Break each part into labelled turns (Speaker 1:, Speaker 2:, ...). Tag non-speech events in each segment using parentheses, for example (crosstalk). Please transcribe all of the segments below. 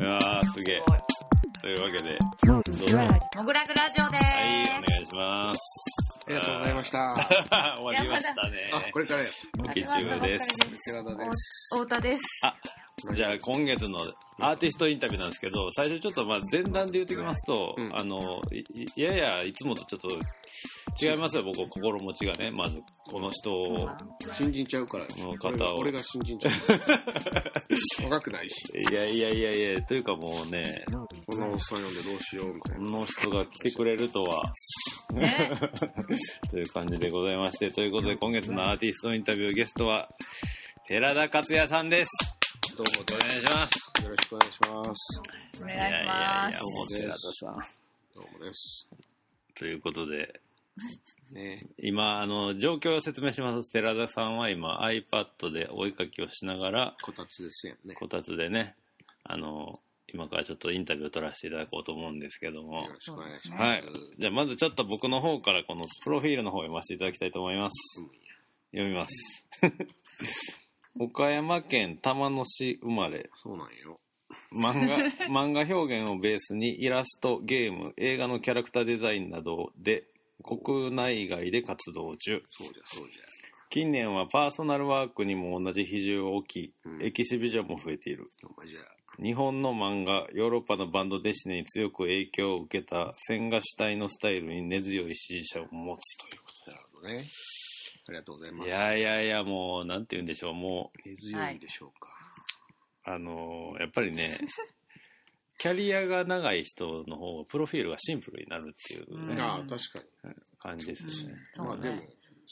Speaker 1: うわー、すげえ。
Speaker 2: すごい
Speaker 1: というわけで、
Speaker 2: モグラグラジオで
Speaker 1: はい、
Speaker 2: ー
Speaker 1: お願いします。
Speaker 3: ありがとうございました。あ、
Speaker 1: た。終わりましたね。
Speaker 3: これからや。
Speaker 1: オケチームです。
Speaker 2: す。
Speaker 3: 寺田です。
Speaker 2: お太田です。
Speaker 1: じゃあ今月のアーティストインタビューなんですけど、最初ちょっとまあ前段で言ってきますと、
Speaker 3: うん
Speaker 1: あの、いいややいつもとちょっと違いますよ、僕、心持ちがね。まず、この人
Speaker 2: そう
Speaker 1: を
Speaker 2: な、の
Speaker 3: 新人ちゃうから。
Speaker 1: の
Speaker 3: 俺
Speaker 1: 方
Speaker 3: が
Speaker 1: を。
Speaker 3: 俺が新人ちゃう。若くないし。
Speaker 1: いやいやいやいや、というかもうね、
Speaker 3: このおっさん読んでどうしようみたい
Speaker 1: こ
Speaker 3: な。
Speaker 1: の人が来てくれるとは、
Speaker 2: ね
Speaker 1: という感じでございまして、ということで今月のアーティストインタビューゲストは、寺田克也さんです。
Speaker 3: どうも
Speaker 1: お
Speaker 3: で
Speaker 1: 願いします。
Speaker 3: す。よろしくお願いします。
Speaker 2: お願いしま
Speaker 1: いやいやいや、もう寺田さん。
Speaker 3: どうもです。
Speaker 1: ということで、
Speaker 3: ね
Speaker 1: 今あの状況を説明します寺田さんは今 iPad でお絵かきをしながら
Speaker 3: こたつですよね。
Speaker 1: こたつでねあの今からちょっとインタビューを取らせていただこうと思うんですけども
Speaker 3: よろしくお願いします。
Speaker 1: はいじゃあまずちょっと僕の方からこのプロフィールの方を読ませていただきたいと思います
Speaker 3: うん
Speaker 1: 読みます (laughs) 岡山県玉野市生まれ
Speaker 3: そうなんよ。
Speaker 1: 漫画漫画表現をベースにイラストゲーム映画のキャラクターデザインなどで国内外で活動中
Speaker 3: そうじゃ、そうじゃ。
Speaker 1: 近年はパーソナルワークにも同じ比重を置き、
Speaker 3: うん
Speaker 1: エキシビジョンも増えている
Speaker 3: ほんまじゃ。
Speaker 1: 日本の漫画ヨーロッパのバンドデシネに強く影響を受けた線画主体のスタイルに根強い支持者を持つというこ
Speaker 3: なるほどね。ありがとうござい
Speaker 1: と
Speaker 3: (laughs) ま
Speaker 1: い
Speaker 3: す。
Speaker 1: やいやいやもうなんて言うんでしょうも
Speaker 3: 根強いでしょうか。
Speaker 1: うあのーやっぱり
Speaker 3: (laughs)
Speaker 1: ねキャリアが長い人の方がプロフィールがシンプルになるっていうね、
Speaker 2: うん
Speaker 3: ああ、確かに。
Speaker 1: 感じですね、
Speaker 2: うん
Speaker 3: まあ
Speaker 2: そう
Speaker 3: で
Speaker 2: ね
Speaker 3: も、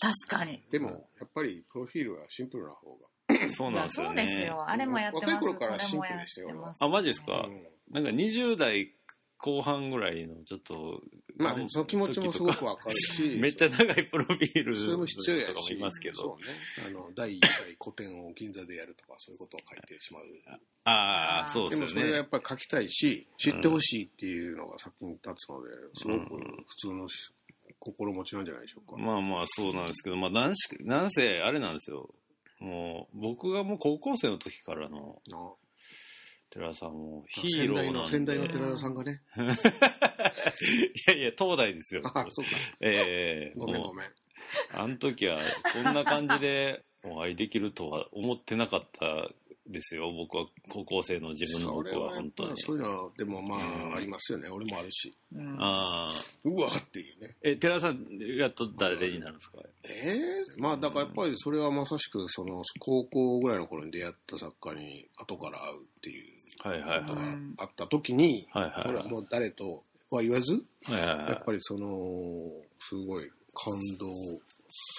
Speaker 2: 確かに。
Speaker 3: でも、やっぱりプロフィールはシンプルな方が。
Speaker 1: そう
Speaker 2: い
Speaker 1: なん
Speaker 2: や
Speaker 1: ですよ
Speaker 2: そう
Speaker 1: ね
Speaker 2: ですよ。あれもやってます。
Speaker 3: 若い頃から
Speaker 2: これもやってます
Speaker 3: シンプルでしたよ俺は
Speaker 1: あマジですか
Speaker 3: うん
Speaker 1: なんか20代後半ぐらいのちょっと
Speaker 3: まあでもその気持ちもすごくわかるし、
Speaker 1: めっちゃ長いプロフィール
Speaker 3: それも
Speaker 1: の
Speaker 3: 必要や
Speaker 1: 人
Speaker 3: し
Speaker 1: とかもいますけど。
Speaker 3: そうね。あの、第1回古典を銀座でやるとか、そういうことを書いてしまう。
Speaker 1: ああ、
Speaker 2: あー
Speaker 1: そう
Speaker 3: で
Speaker 1: で
Speaker 3: も
Speaker 1: す
Speaker 3: そ
Speaker 1: よ
Speaker 3: れがや
Speaker 1: ね。
Speaker 3: っぱり書きたいし、知ってほしいっていうのが先に立つので、すごく普通のし心持ちなんじゃないでしょうか。
Speaker 1: まあまあそうなんですけど、まあなんし、なんせあれなんですよ。もう、僕がもう高校生の時からの
Speaker 3: な
Speaker 1: 寺田さんもヒ
Speaker 3: 先
Speaker 1: ーロ
Speaker 3: 代
Speaker 1: ー
Speaker 3: の、
Speaker 1: なん
Speaker 3: 先
Speaker 1: で。
Speaker 3: 代
Speaker 1: い
Speaker 3: の寺田さんがね。
Speaker 1: や (laughs) いや、東大ですよ。
Speaker 3: あ、そうか。
Speaker 1: ええ
Speaker 3: ごめんご
Speaker 1: も
Speaker 3: めん。
Speaker 1: う、あの時はこんな感じでお会いできるとは思ってなかったですよ。僕は、高校生の自分の僕は本当に。
Speaker 3: そういうのは、でもま
Speaker 1: うん
Speaker 3: あ、ありますよね。俺もあるし。
Speaker 2: うん
Speaker 1: ああ。
Speaker 3: うわっていうね。
Speaker 1: え、寺田さん、やっと誰になるんですか
Speaker 3: ええまあだからやっぱりそれはまさしくその高校ぐらいの頃に出会った作家に後から会うっていう
Speaker 1: はいはいはい。
Speaker 3: のがあった時に、
Speaker 1: はい
Speaker 3: こ
Speaker 1: はい
Speaker 3: れ
Speaker 1: は
Speaker 3: はもう誰とは言わず、
Speaker 1: い。はいはい
Speaker 3: やっぱりその、すごい感動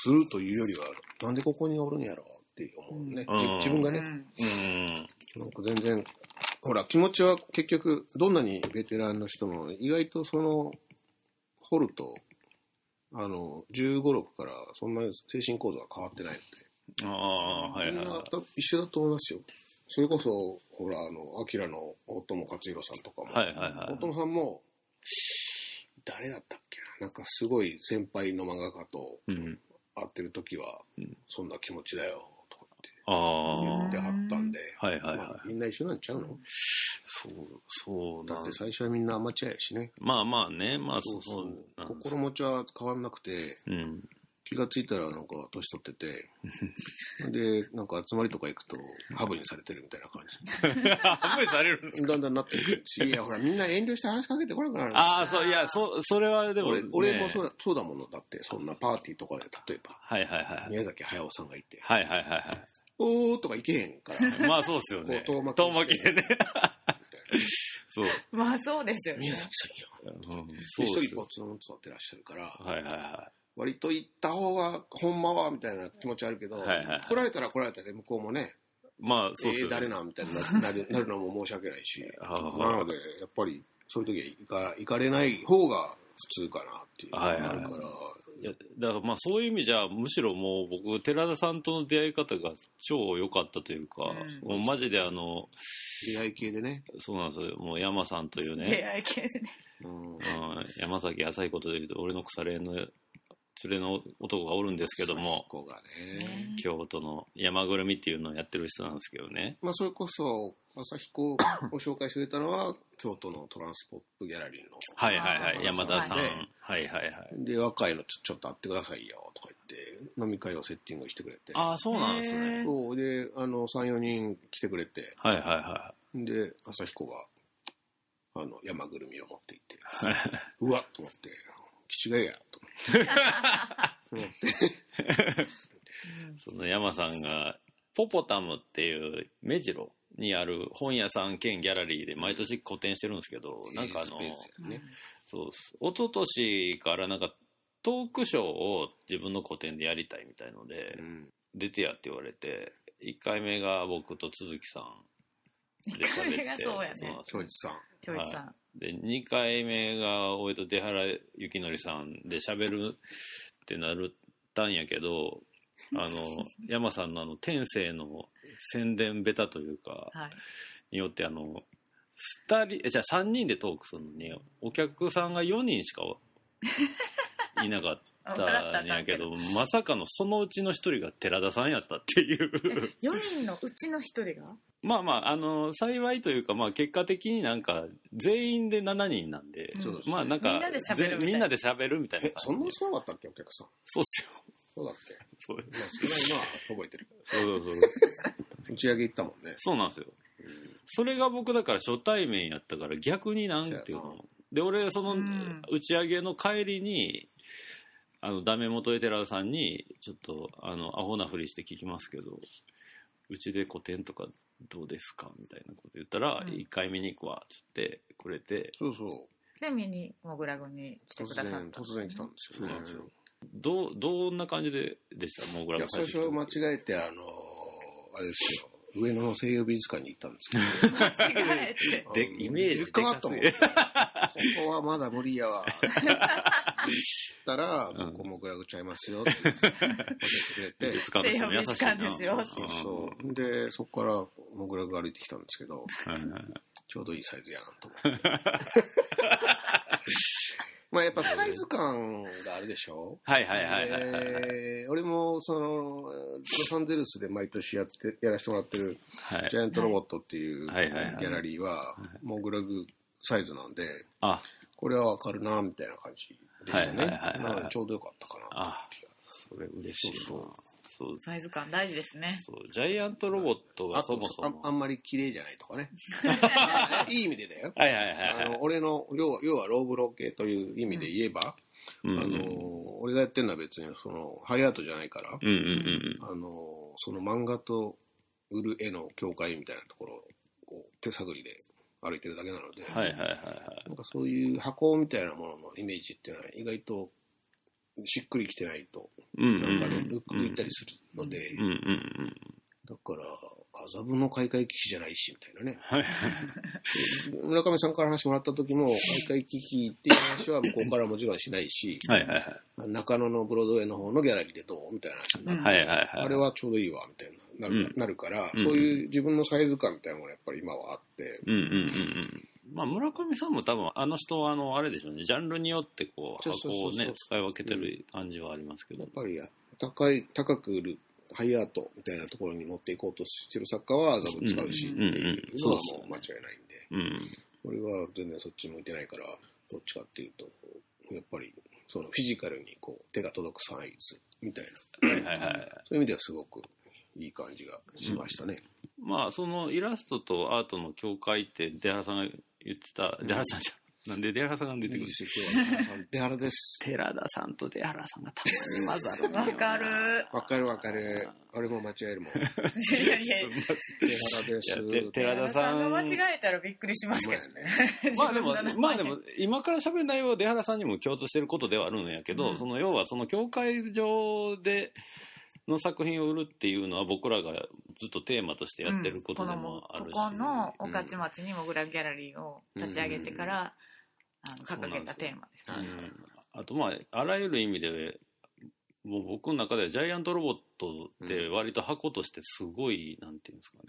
Speaker 3: するというよりは、なんでここにおるんやろっていう思うね。
Speaker 1: うん
Speaker 3: じ自分が
Speaker 2: う
Speaker 3: ね、
Speaker 2: ん
Speaker 1: うん。
Speaker 3: なんか全然、ほら、気持ちは結局、どんなにベテランの人も、意外とその、掘ると、あの、15、6からそんなに精神構造が変わってないので、
Speaker 1: ああ、はい
Speaker 3: み
Speaker 1: はい
Speaker 3: んな
Speaker 1: は
Speaker 3: 多分一緒だと思いますよ。それこそ、ほら、あの、アキラの大友克洋さんとかも、
Speaker 1: い。はいはいは
Speaker 3: 大
Speaker 1: い。
Speaker 3: 友さんも、誰だったっけな、なんかすごい先輩の漫画家と
Speaker 1: うん。
Speaker 3: 会ってる時は
Speaker 1: うん、
Speaker 3: そんな気持ちだよ、とかって
Speaker 1: ああ、
Speaker 3: 言
Speaker 1: は
Speaker 3: ってはったんで、
Speaker 1: いはい
Speaker 3: ま
Speaker 1: は
Speaker 3: あ
Speaker 1: い。
Speaker 3: みんな一緒なんちゃうの
Speaker 1: そう、そう
Speaker 3: だ
Speaker 1: な
Speaker 3: っ
Speaker 1: ん
Speaker 3: て最初はみんなアマチュアやしね。
Speaker 1: まあまあね、まあそう
Speaker 3: そ
Speaker 1: そうう
Speaker 3: そ
Speaker 1: な
Speaker 3: うん
Speaker 1: です。
Speaker 3: 心持ちは変わんなくて、
Speaker 1: うん。
Speaker 3: 気がついたらなんか年取ってて、で、なんか集まりとか行くと、ハブにされてるみたいな感
Speaker 1: (laughs) あ、無理されるんです
Speaker 3: じ。
Speaker 1: か
Speaker 3: だんだんなってく
Speaker 1: (laughs)
Speaker 3: るし、いや、ほら、みんな遠慮して話しかけてこなくなるの。
Speaker 1: ああ、そう、いや、そ、それはでも
Speaker 3: 俺
Speaker 1: ね。
Speaker 3: 俺もそうだそうだもの。だって、そんなパーティーとかで、例えば、
Speaker 1: はいはいはい。
Speaker 3: 宮崎駿さんがいて、
Speaker 1: はいはいは
Speaker 3: おーとかいけへんから、み
Speaker 1: い (laughs) はい。まあそうですよね。
Speaker 3: こう
Speaker 1: 遠巻
Speaker 3: 遠巻
Speaker 1: き
Speaker 3: き
Speaker 1: で
Speaker 3: で
Speaker 1: ね。
Speaker 3: たい
Speaker 1: そう。
Speaker 2: まあそうですよ
Speaker 3: な
Speaker 2: ね
Speaker 3: (laughs) 宮。崎さんよ。
Speaker 1: うん
Speaker 3: で
Speaker 1: そう
Speaker 3: 一
Speaker 1: です
Speaker 3: 人
Speaker 1: よ
Speaker 3: ポ。ツンと座ってらっしゃるから、
Speaker 1: はいはいは
Speaker 3: 割と行った方が、ほんまは、みたいな気持ちあるけど、
Speaker 1: はいはいはい
Speaker 3: 来られたら来られたで、向こうもね、
Speaker 1: い。まあそうですよ
Speaker 3: え
Speaker 1: ね。
Speaker 3: ー誰なんみたい
Speaker 1: (laughs)
Speaker 3: にななるなるのも申し訳ないし、な
Speaker 1: はあはあ
Speaker 3: ので、やっぱり、そういう時は行か行かれない方が普通かなっていうのがあるから、
Speaker 1: いやだからまあそういう意味じゃむしろもう僕寺田さんとの出会い方が超良かったというか、
Speaker 2: うん
Speaker 1: もうマジであの
Speaker 3: 出会い系でね。
Speaker 1: そうなんですよもう山さんという
Speaker 2: 出
Speaker 1: ね、
Speaker 2: 会い系ですね。
Speaker 3: うん
Speaker 1: うん、山崎浅いことで言うと俺の腐れ縁の連れの男がおるんですけども
Speaker 3: 子がね
Speaker 2: ね。
Speaker 1: 京都の山ぐるみっていうのをやってる人なんですけどね
Speaker 3: まあ、それこそ、朝彦を紹介してくれたのは、京都のトランスポップギャラリーの。
Speaker 1: はいはいはい
Speaker 3: あー
Speaker 1: 山田さんは
Speaker 3: そうで
Speaker 1: い
Speaker 3: すね
Speaker 1: はいはい
Speaker 3: で、若いのちょちょっと会ってくださいよ、とか言って、飲み会をセッティングしてくれて。
Speaker 1: ああそうなんです
Speaker 2: へ
Speaker 1: ね
Speaker 2: ー
Speaker 3: そう、で、あの、3、4人来てくれて、
Speaker 1: はいはいは
Speaker 3: で、朝彦が、あの、山ぐるみを持っていって、
Speaker 1: いはいう
Speaker 3: わっと思って、気違いや、と思って。
Speaker 1: (laughs) その山さんが、ポポタムっていう目白にある本屋さん兼ギャラリーで毎年個展してるんですけど、なんかあの
Speaker 3: いい、スペースやね
Speaker 1: そうっす。一昨年からなんかトークショーを自分の個展でやりたいみたいので
Speaker 3: う、ん
Speaker 1: 出てやって言われて、1回目が僕と鈴木さんで
Speaker 2: 一回
Speaker 1: 喋
Speaker 2: 目
Speaker 1: っ
Speaker 2: が
Speaker 1: て、
Speaker 2: そうや
Speaker 1: な
Speaker 2: ね
Speaker 1: んです
Speaker 3: 庄
Speaker 1: よ
Speaker 3: 司さん。
Speaker 2: 教一さん。
Speaker 1: で、2回目が、俺と出原幸則さんで喋るってなるったんやけど、あ (laughs) の、山さんのあの、天性の宣伝ベタというか、
Speaker 2: はい。
Speaker 1: によってあの、二人、えじゃあ3人でトークするのに、お客さんが4人しか (laughs) おいなかっ
Speaker 2: あ
Speaker 1: たんやけ。ど、まさかのそのうちの1人が寺田さんやったっていう。 (laughs)
Speaker 2: 4人のうちの1人が
Speaker 1: まあまあ、あの、幸いというか、まあ結果的になんか、全員で7人なんで、
Speaker 2: うん
Speaker 3: そうですね
Speaker 1: まあなんか、
Speaker 2: みんなで喋るみたいな
Speaker 1: ぜみんなで喋るみたいな
Speaker 3: え、そんな
Speaker 1: 感
Speaker 3: に
Speaker 1: じ。
Speaker 3: すごかったっけ、お客さん。
Speaker 1: そうっすよ。
Speaker 3: そうだっけ。
Speaker 1: そう
Speaker 3: まあ、それは今は覚えてる。
Speaker 1: そうそうそう。
Speaker 3: 打ち上げ行ったもんね。
Speaker 1: (laughs) そうなんですよ。それが僕だから初対面やったから逆になんていう
Speaker 3: そうや
Speaker 1: の。で、俺、その
Speaker 2: うん
Speaker 1: 打ち上げの帰りに、あの、ダメ元エテラさんに、ちょっと、あの、アホなふりして聞きますけど、うちで古典とかどうですかみたいなこと言ったら、
Speaker 2: うん
Speaker 1: 一回見に行くわ、つってくれて、
Speaker 3: そうそ
Speaker 2: ちなみにもぐら軍に来
Speaker 3: う。
Speaker 2: て
Speaker 3: 突
Speaker 2: くださった
Speaker 3: 然、突然来たんです
Speaker 1: そう
Speaker 3: よ、ね。
Speaker 1: なんですよどう、どんな感じででしたもうぐら
Speaker 3: いや、
Speaker 1: い
Speaker 3: 最初間違えて、あのあれですよ。上野の西洋美術館に行ったんですけ
Speaker 2: (laughs)
Speaker 3: ど。
Speaker 2: 間違え
Speaker 1: (laughs) で
Speaker 2: て
Speaker 3: あの
Speaker 1: イメージ
Speaker 3: でっかなと思って。
Speaker 1: で
Speaker 3: ここはまだ無理やわ。したら、
Speaker 1: うん
Speaker 3: 僕もぐらぐちゃいますよって教えてくれ
Speaker 1: 美 (laughs)
Speaker 3: て。
Speaker 1: 術館の人も
Speaker 3: (laughs)
Speaker 1: 優しいな。
Speaker 2: 西洋美術館です
Speaker 3: そうそう。で、そこからもぐらぐ歩いてきたんですけど、
Speaker 1: うんはいはい
Speaker 3: ちょうどいいサイズやんと思って。
Speaker 1: (laughs)
Speaker 3: まあやっぱサイズ感があるでしょ
Speaker 1: はいはいはいはいはい。
Speaker 3: えー俺もそのロサンゼルスで毎年やってやらせてもらってる
Speaker 1: はい
Speaker 3: ジ。ャイアントロボットっていうギ
Speaker 1: はいはいはいはい
Speaker 3: ャラリーはモグラグサイズなんで
Speaker 1: あ、
Speaker 3: これはわかるなみたいな感じでした
Speaker 1: はいは
Speaker 3: ね
Speaker 1: いはいはい
Speaker 3: なのでちょうどよかったかな
Speaker 1: あ、それ嬉しいな。
Speaker 3: そう
Speaker 1: そう
Speaker 2: サイズ感大事ですね。
Speaker 1: そうジャイアントロボットが
Speaker 3: あ
Speaker 1: そ
Speaker 3: と
Speaker 1: もそも
Speaker 3: あ。あんまり綺麗じゃないと
Speaker 1: (laughs)
Speaker 3: かねいい意味でだよ
Speaker 1: はいはいはい
Speaker 3: あ
Speaker 1: はい
Speaker 3: の俺の要は要はローブロ系という意味で言えば、
Speaker 1: うんうん
Speaker 3: あの俺がやってるのは別にそのハイアートじゃないから、
Speaker 1: うんうん
Speaker 3: あのその漫画と売る絵の境界みたいなところを手探りで歩いてるだけなので、
Speaker 1: うん。はいはいはいはい。
Speaker 3: なんかそういう箱みたいなもののイメージっていうのは意外としっくりきてないと、
Speaker 1: うんうん
Speaker 3: なんか
Speaker 1: う
Speaker 3: ね、
Speaker 1: ん
Speaker 3: ルックいったりするので、
Speaker 1: うんうんうん。
Speaker 3: だから、麻布の開会機器じゃないし、みたいなね。
Speaker 1: はい
Speaker 3: 村上さんから話もらった時も、開会機器っていう話は向こうからもちろんしないし、
Speaker 1: はいはいはい。
Speaker 3: 中野のブロードウェイの方のギャラリーでどうみたいな話になって
Speaker 1: はいはいはい。
Speaker 3: あれはちょうどいいわ、みたいな、なる,、なるから、
Speaker 1: うん
Speaker 3: そういう自分のサイズ感みたいなものがやっぱり今はあって、
Speaker 1: うんうんうんうん。まあ、村上さんも多分、あの人は、あの、あれでしょうね、ジャンルによって、こう、
Speaker 3: そうそう
Speaker 1: 箱
Speaker 3: そう
Speaker 1: を
Speaker 3: そう
Speaker 1: ね、使い分けてる感じはありますけ
Speaker 3: やっ
Speaker 1: ど。
Speaker 3: ぱり高い、高く売る、ハイアートみたいなところに持っていこうとしてる作家は麻布使うし、
Speaker 2: うん
Speaker 1: うんうん
Speaker 3: っていうのはもう間違いないんで、
Speaker 1: うん。
Speaker 3: 俺は全然そっち向いてないから、どっちかっていうと、やっぱり、そのフィジカルにこう手が届くサイズみたいな、
Speaker 1: はいはいはい。
Speaker 3: そういう意味ではすごくいい感じがしましたね。
Speaker 1: まあそのイラストとアートの境界って出原さんが言ってた、
Speaker 3: うん
Speaker 1: 出原さんじゃんなんで出原さんが出てくるんです
Speaker 3: す今日
Speaker 1: (laughs)
Speaker 3: はさん出原です。
Speaker 1: 寺田さんと出原さんがたまに混ざる
Speaker 2: わかる。
Speaker 3: わかるわかる。俺も間違
Speaker 1: (laughs)
Speaker 3: えるもん。出
Speaker 2: いやいやい
Speaker 1: い
Speaker 3: 原です。
Speaker 1: やてて
Speaker 2: や。
Speaker 1: 寺田さん
Speaker 2: 寺が間違えたらびっくりしますけどね。
Speaker 1: まあでも
Speaker 2: 自分の名前、
Speaker 1: まあでも、今から喋る内容は出原さんにも共通してることではあるんやけど、
Speaker 2: うん
Speaker 1: その要はその境界上での作品を売るっていうのは僕らがずっとテーマとしてやってることでもあるし。
Speaker 2: うんこのここの御徒町にもぐらギャラリーを立ち上げてから、あの掲げたテーマです
Speaker 1: うんあとまああらゆる意味でもう僕の中ではジャイアントロボットって割と箱としてすごい、なんていうんですかね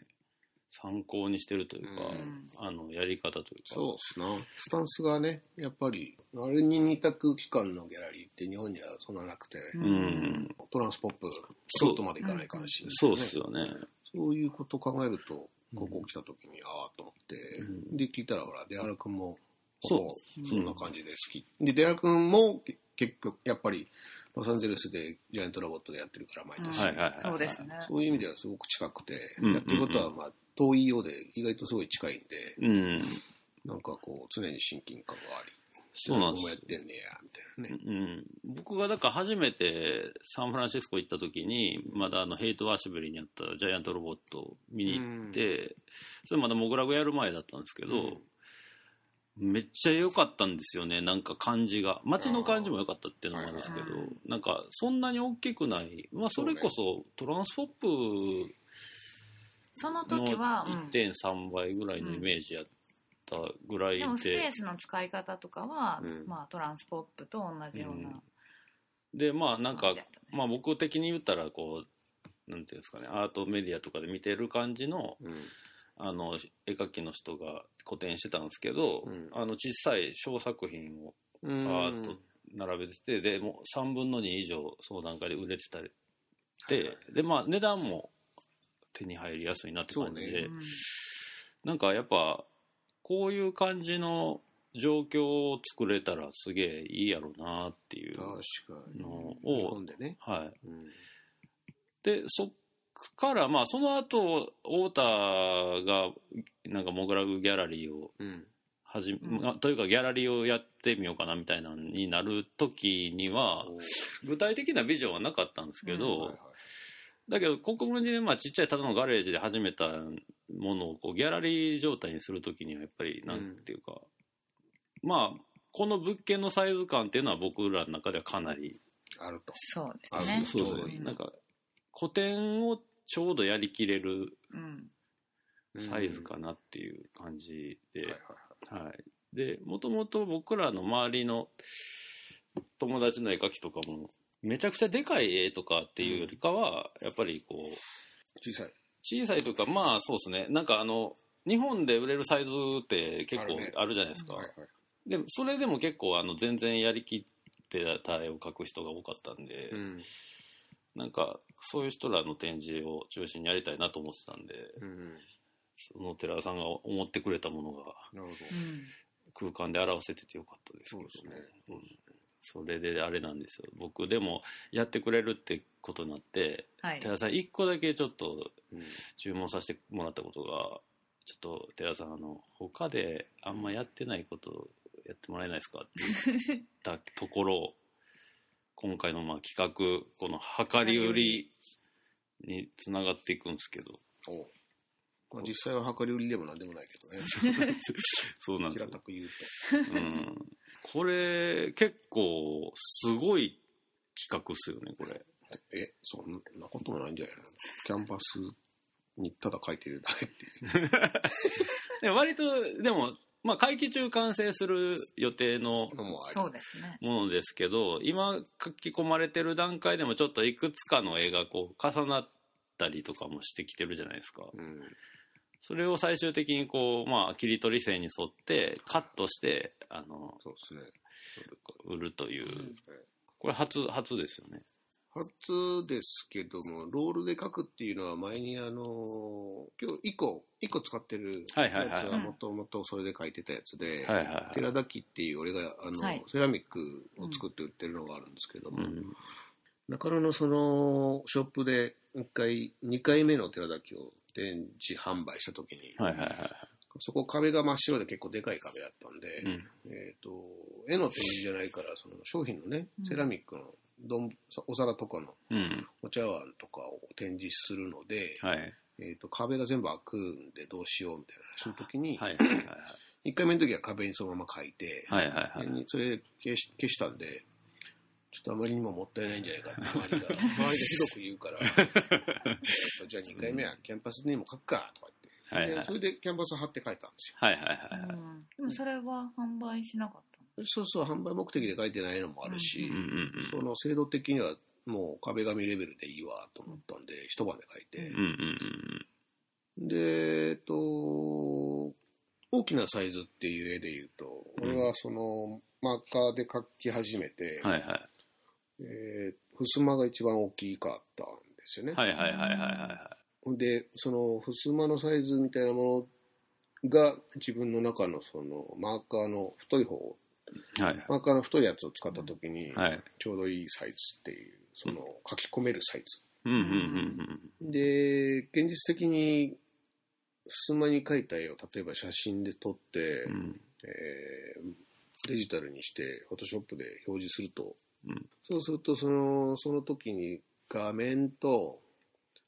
Speaker 1: 参考にしてるというか、
Speaker 2: うん
Speaker 1: あのやり方というか
Speaker 3: そうっすな。スタンスがね、やっぱり、あれに二択機関のギャラリーって日本にはそんななくて、
Speaker 1: ううん、
Speaker 3: トランスポップ、
Speaker 1: そう
Speaker 3: 京都まで行かないかんし、
Speaker 1: そうっすよね、
Speaker 3: そういうこと考えると、ここ来た時に、ああと思って、
Speaker 1: うん
Speaker 3: で、聞いたら、ほら、出原君も、
Speaker 1: そ
Speaker 3: こそんな感じで好き。で、出原君も、け結局、やっぱり、ロサンゼルスでジャイアントラボットでやってるから、毎年。
Speaker 1: はいはいはい、
Speaker 2: そうですね。
Speaker 3: そういう意味ではすごく近くて、
Speaker 1: うん
Speaker 3: やってることは、まあ、遠いようで、意外とすごい近いんで、
Speaker 1: うん
Speaker 3: なんかこう、常に親近感があり、
Speaker 1: そうなんです
Speaker 3: 僕もやってんねや、みたいなね。
Speaker 1: うん、僕がだから初めてサンフランシスコ行った時にまだあのヘイト・ワーシュベリーにあったジャイアントロボットを見に行って、それまだモグラグやる前だったんですけど、めっちゃ良かったんですよねなんか感じが街の感じも良かったっていうのもあるんですけど
Speaker 2: あーはいはい
Speaker 1: なんかそんなに大きくない、まあ、それこそトランスフォップ
Speaker 2: その
Speaker 1: の
Speaker 2: 時は、うん
Speaker 1: 1.3倍ぐらいのイメージやったぐらい
Speaker 2: でもス
Speaker 1: で。
Speaker 2: ペースの使い方とかは、
Speaker 3: うん
Speaker 2: まあ、トランスポップと同じような、
Speaker 1: うんでまあなんか
Speaker 2: 感じだったね
Speaker 1: まあ、僕的に言ったらこうなんていうんですかねアートメディアとかで見てる感じの
Speaker 3: うん。
Speaker 1: あの絵描きの人が個展してたんですけど、
Speaker 3: うん
Speaker 1: あの小さい小作品を
Speaker 3: うん。
Speaker 1: パーッと並べてて、でもう3分の2以上その段階で売れてたりで,、
Speaker 3: はいはい
Speaker 1: でまあ値段も手に入りやすいなって感じ
Speaker 3: そう
Speaker 1: で、
Speaker 3: ね
Speaker 2: うん
Speaker 1: なんかやっぱこういう感じの状況を作れたらすげえいいやろうなっていう
Speaker 3: 確かに。
Speaker 1: の
Speaker 3: 日
Speaker 1: を、
Speaker 3: 本でね。
Speaker 1: はい、
Speaker 3: うん。
Speaker 1: でそっからまあその後太田がなんかモグラグギャラリーを
Speaker 3: うん。
Speaker 1: 始め、
Speaker 2: うん
Speaker 1: まあというかギャラリーをやってみようかなみたいなのになる時には
Speaker 3: おー
Speaker 1: 具体的なビジョンはなかったんですけど、
Speaker 3: はいはい
Speaker 1: だけど国分寺でまあちっちゃいただのガレージで始めたものをこうギャラリー状態にする時にはやっぱりなんていうか、まあこの物件のサイズ感っていうのは僕らの中ではかなり
Speaker 3: あると。
Speaker 2: そうで
Speaker 3: あ
Speaker 2: すね。
Speaker 1: そうです
Speaker 3: ちょうど
Speaker 1: ね
Speaker 3: いい
Speaker 1: なんか古典をちょうどやりきれる
Speaker 2: うん
Speaker 1: サイズかなっていう感じ
Speaker 3: うん。
Speaker 1: で、
Speaker 3: はいはいはい
Speaker 1: はいでもともと僕らの周りの友達の絵描きとかもめちゃくちゃでかい絵とかっていうよりかは、やっぱりこう
Speaker 3: 小さい。
Speaker 1: 小さいというかまあそうですねなんかあの日本で売れるサイズって結構
Speaker 3: あるね
Speaker 1: あるじゃないですか、
Speaker 3: はいはい。
Speaker 1: でもそれでも結構あの全然やりきってた絵を描く人が多かったんで、
Speaker 3: うん。
Speaker 1: なんかそういう人らの展示を中心にやりたいなと思ってたんで
Speaker 3: うん。
Speaker 1: その寺田さんが思ってくれたものが
Speaker 3: なるほど。
Speaker 2: うん
Speaker 1: 空間で表せててよかったですけど
Speaker 3: そうですね
Speaker 1: うんそれであれなんですよ僕でもやってくれるってことになって
Speaker 2: はい。
Speaker 1: 寺田さん1個だけちょっと
Speaker 3: うん
Speaker 1: 注文させてもらったことがちょっと寺田さんあの他であんまやってないことやってもらえないですかって言ったとこ (laughs) ろ今回のまあ企画この量り売りにつながっていくんですけど (laughs)
Speaker 3: おまあ実際は量り売りでもなんでもないけどね。
Speaker 1: そうなんです
Speaker 3: 平
Speaker 1: よ
Speaker 3: たく言うと。
Speaker 1: うんこれ結構すごい企画っすよねこれ
Speaker 3: え、そんなこともないんじゃないのキャンバスにただ書いてるだけっていう。
Speaker 1: で割とでも、まあ、会期中完成する予定の
Speaker 3: のもある。
Speaker 2: そうですね。
Speaker 1: ものですけど今書き込まれてる段階でもちょっといくつかの絵がこう重なったりとかもしてきてるじゃないですか
Speaker 3: うん。
Speaker 1: それを最終的にこう、まあ、切り取り線に沿ってカットしてあの
Speaker 3: そうですね。
Speaker 1: 売るという
Speaker 2: うん
Speaker 1: これ初初ですよね
Speaker 3: 初ですけども、ロールで書くっていうのは前にあの、今日1個、一個使ってる
Speaker 1: はいはいはい
Speaker 3: やつはもともとそれで書いてたやつで、
Speaker 1: はいはいはい、
Speaker 3: 寺田木っていう俺があの、
Speaker 2: はい
Speaker 3: セラミックを作って売ってるのがあるんですけども、
Speaker 1: うん、
Speaker 3: 中野のそのショップで1回、2回目の寺田木を展示販売した時に、
Speaker 1: はいはいは
Speaker 3: そこ壁が真っ白で結構でかい壁だったんで、
Speaker 1: い、うん
Speaker 3: えー、と絵の展示じゃないからその商品のね
Speaker 2: うん
Speaker 3: セラミックのどんお皿とかの
Speaker 1: うん、
Speaker 3: お茶碗とかを展示するので、
Speaker 1: はい
Speaker 3: えー、と壁が全部開くんでどうしようみたいな話の時に、
Speaker 1: はいはいはいはい
Speaker 3: 1回目の時は壁にそのまま書いて、
Speaker 1: はいはいはい
Speaker 3: でそれ消し消したんでちょっとあまりにももったいないんじゃないかって
Speaker 1: (laughs)
Speaker 3: 周りが周りがひどく言うからじゃあ2回目はキャンパスにも書くかとか
Speaker 1: は
Speaker 3: 言っ
Speaker 1: いはい
Speaker 3: て、でそれでキャンパス貼って書いたんですよ。
Speaker 1: はいはいはいはい
Speaker 2: うんでもそれは販売しなかった
Speaker 3: そうそう、販売目的で書いてないのもあるし、
Speaker 1: うんうんうん
Speaker 3: その制度的にはもう壁紙レベルでいいわと思ったんで、一晩で書いて
Speaker 1: うん、うん
Speaker 3: で、えっと、大きなサイズっていう絵で言うと、
Speaker 1: うん
Speaker 3: 俺はその、マーカーで描き始めて、
Speaker 1: うん。はいは
Speaker 3: えー、襖が一番大きかったんですよね。
Speaker 1: い。はいはいはいはいはいは
Speaker 3: で、その、襖のサイズみたいなものが、自分の中のその、マーカーの太い方を、
Speaker 1: い。はい
Speaker 3: マーカーの太いやつを使った時に、
Speaker 1: はい。
Speaker 3: ちょうどいいサイズっていう、その、書き込めるサイズ。
Speaker 1: うんうんうん
Speaker 3: で、現実的に、襖に描いた絵を、例えば写真で撮って、
Speaker 1: うん。うん
Speaker 3: えーデジタルにして、フォトショップで表示すると、
Speaker 1: うん
Speaker 3: そうするとその、その時に画面と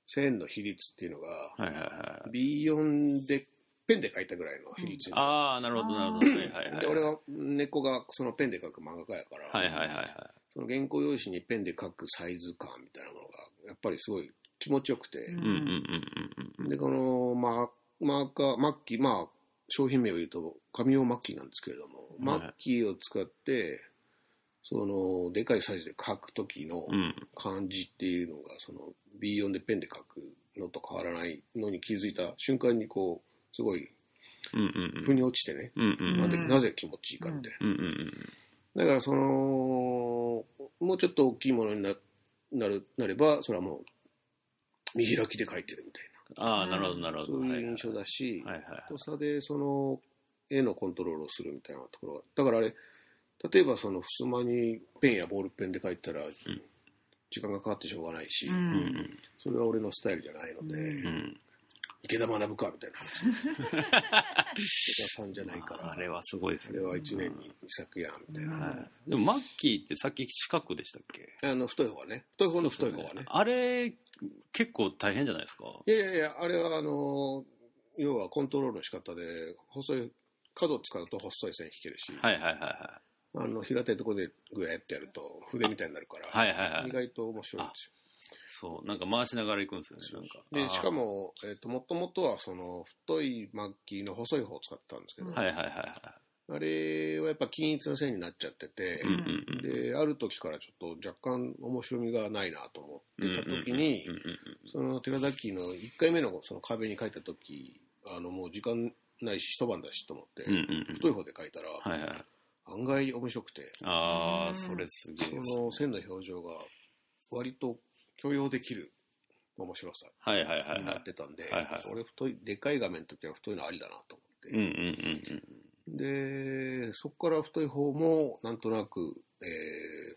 Speaker 3: 線の比率っていうのが、
Speaker 1: はいはいはい。
Speaker 3: B4 で、ペンで書いたぐらいの比率に、
Speaker 1: ああ、なるほどなるほど。はいはいはい。
Speaker 3: で俺は猫がそのペンで書く漫画家やから、
Speaker 1: はいはいはいは
Speaker 3: その原稿用紙にペンで書くサイズ感みたいなものが、やっぱりすごい気持ちよくて、
Speaker 1: い。うんうんうんうんうん。
Speaker 3: で、このマーマーカー、マッキー、まあ、商品名を言うと、紙用マッキーなんですけれども、マッキーを使って、その、でかいサイズで書くときの
Speaker 1: うん
Speaker 3: 感じっていうのが、その、B4 でペンで書くのと変わらないのに気づいた瞬間に、こう、すごい、
Speaker 1: うん
Speaker 3: 腑に落ちてね、
Speaker 1: うんうんうんうん
Speaker 3: な
Speaker 1: うんん
Speaker 3: で
Speaker 2: うん
Speaker 3: なぜ気持ちいいかって。
Speaker 1: うんうん
Speaker 3: だから、その、もうちょっと大きいものにななるなれば、それはもう、見開きで書いてるみたい
Speaker 1: ああ、なるほどなる
Speaker 3: な、
Speaker 1: ほ
Speaker 3: そ
Speaker 1: ど。
Speaker 3: う
Speaker 1: はい
Speaker 3: いう
Speaker 1: はい
Speaker 3: 印象だし、
Speaker 1: はい
Speaker 3: 太さでその絵のコントロールをするみたいなところがだからあれ例えばその襖にペンやボールペンで描いたら時間がかかってしょうがないし、
Speaker 1: うん
Speaker 2: ん
Speaker 3: それは俺のスタイルじゃないので、
Speaker 1: うんうん。
Speaker 3: 池田学ぶかみたいな話
Speaker 1: (laughs)
Speaker 3: 池田さんじゃないか
Speaker 1: まあ
Speaker 3: ら
Speaker 1: あれはすごいです
Speaker 3: そ
Speaker 1: ね
Speaker 3: れは1年に2作やみたいな、
Speaker 1: はい。でもマッキーってさっき四角でしたっけ
Speaker 3: あの太い方はね太い方の太い方はね
Speaker 1: あれ、結構大変じゃないですか
Speaker 3: いやいやいやあれはあの要はコントロールの仕方で細い角を使うと細い線引けるし、
Speaker 1: はいはいはいは
Speaker 3: あの平たいところでグエってやると筆みたいになるから、
Speaker 1: い。はいはい
Speaker 3: 意
Speaker 1: はい。
Speaker 3: 外と面白いんです
Speaker 1: そう、なんか回しながら行くんですよね、なんか。
Speaker 3: よ。
Speaker 1: あ
Speaker 3: で、
Speaker 1: ー
Speaker 3: しか。も、えっ、と、もともとは、その、太いマッキーの細い方を使ってたんですけど、
Speaker 2: うん
Speaker 1: はいはいはいは
Speaker 3: あれはやっぱ均一な線になっちゃってて
Speaker 1: い。う、んうんうん。
Speaker 3: で、ある時からちょっと若干面白みがないなと思ってた時に、
Speaker 1: うんうんうん
Speaker 3: その、寺田キーの1回目のその壁に書いた時、あの、もう時間ないし、一晩だしと思って、
Speaker 1: うんうんうん
Speaker 3: 太い方で書いたら、
Speaker 1: はいはい。
Speaker 3: 案外面白くて、
Speaker 1: あ
Speaker 2: う
Speaker 1: あ、
Speaker 2: ん
Speaker 1: それすげえです
Speaker 3: その線の表情が割と許容できる面白さ
Speaker 1: はいはいはいはい
Speaker 3: になってたんで、
Speaker 1: はいはい
Speaker 3: 俺太い、でかい画面の時は太いのありだなと思って、
Speaker 1: うんうんうん
Speaker 3: で、そこから太い方もなんとなく、えー、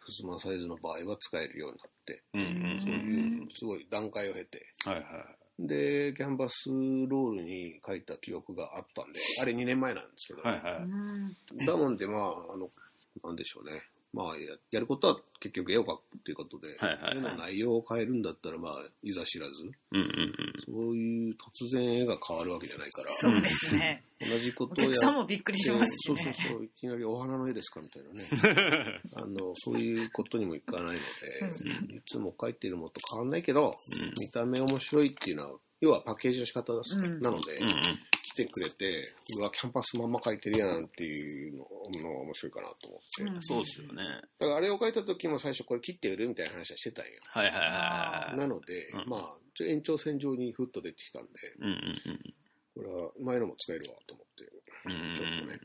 Speaker 3: ふすまサイズの場合は使えるようになって、
Speaker 1: うん。うんうん
Speaker 3: そう
Speaker 1: うん。
Speaker 3: いう、すごい段階を経て、
Speaker 1: はいはい。
Speaker 3: で、キャンバスロールに書いた記憶があったんで、あれ2年前なんですけど、
Speaker 1: はいはい。
Speaker 3: だもんで、まあ、あの、なんでしょうね。まあ、ややることは結局絵を描くっていうことで、
Speaker 1: はいはいはい
Speaker 3: 絵の内容を変えるんだったら、まあ、いざ知らず、
Speaker 1: うんうんうん。
Speaker 3: そういう突然絵が変わるわけじゃないから、
Speaker 2: そうですね。
Speaker 3: 同じこ
Speaker 2: お
Speaker 3: とを
Speaker 2: 客
Speaker 3: や
Speaker 2: さんもびっくりしますし
Speaker 3: そう
Speaker 2: ね。
Speaker 3: そうそう、いきなりお花の絵ですかみたいなね。
Speaker 2: (laughs)
Speaker 3: あの、そういうことにもいかないので、いつも描いてるものと変わんないけど、
Speaker 1: うん
Speaker 3: 見た目面白いっていうのは、要はパッケージの仕方だす
Speaker 2: うん
Speaker 3: なので、
Speaker 1: うんうん。
Speaker 3: 来てくれて、うわ、キャンパスまんま描いてるやんっていうののが面白いかなと思って。
Speaker 2: うん
Speaker 1: そうですよね。
Speaker 3: だからあれを書いた時も最初これ切って売るみたいな話はしてたんよ。
Speaker 1: はいはいはいはい。
Speaker 3: なので、
Speaker 1: うん
Speaker 3: まあ、ちょ延長線上にふっと出てきたんで、
Speaker 1: うんうんうん。
Speaker 3: これは前のも使えるわと思って、
Speaker 1: うんうんうん
Speaker 3: ちょっとね。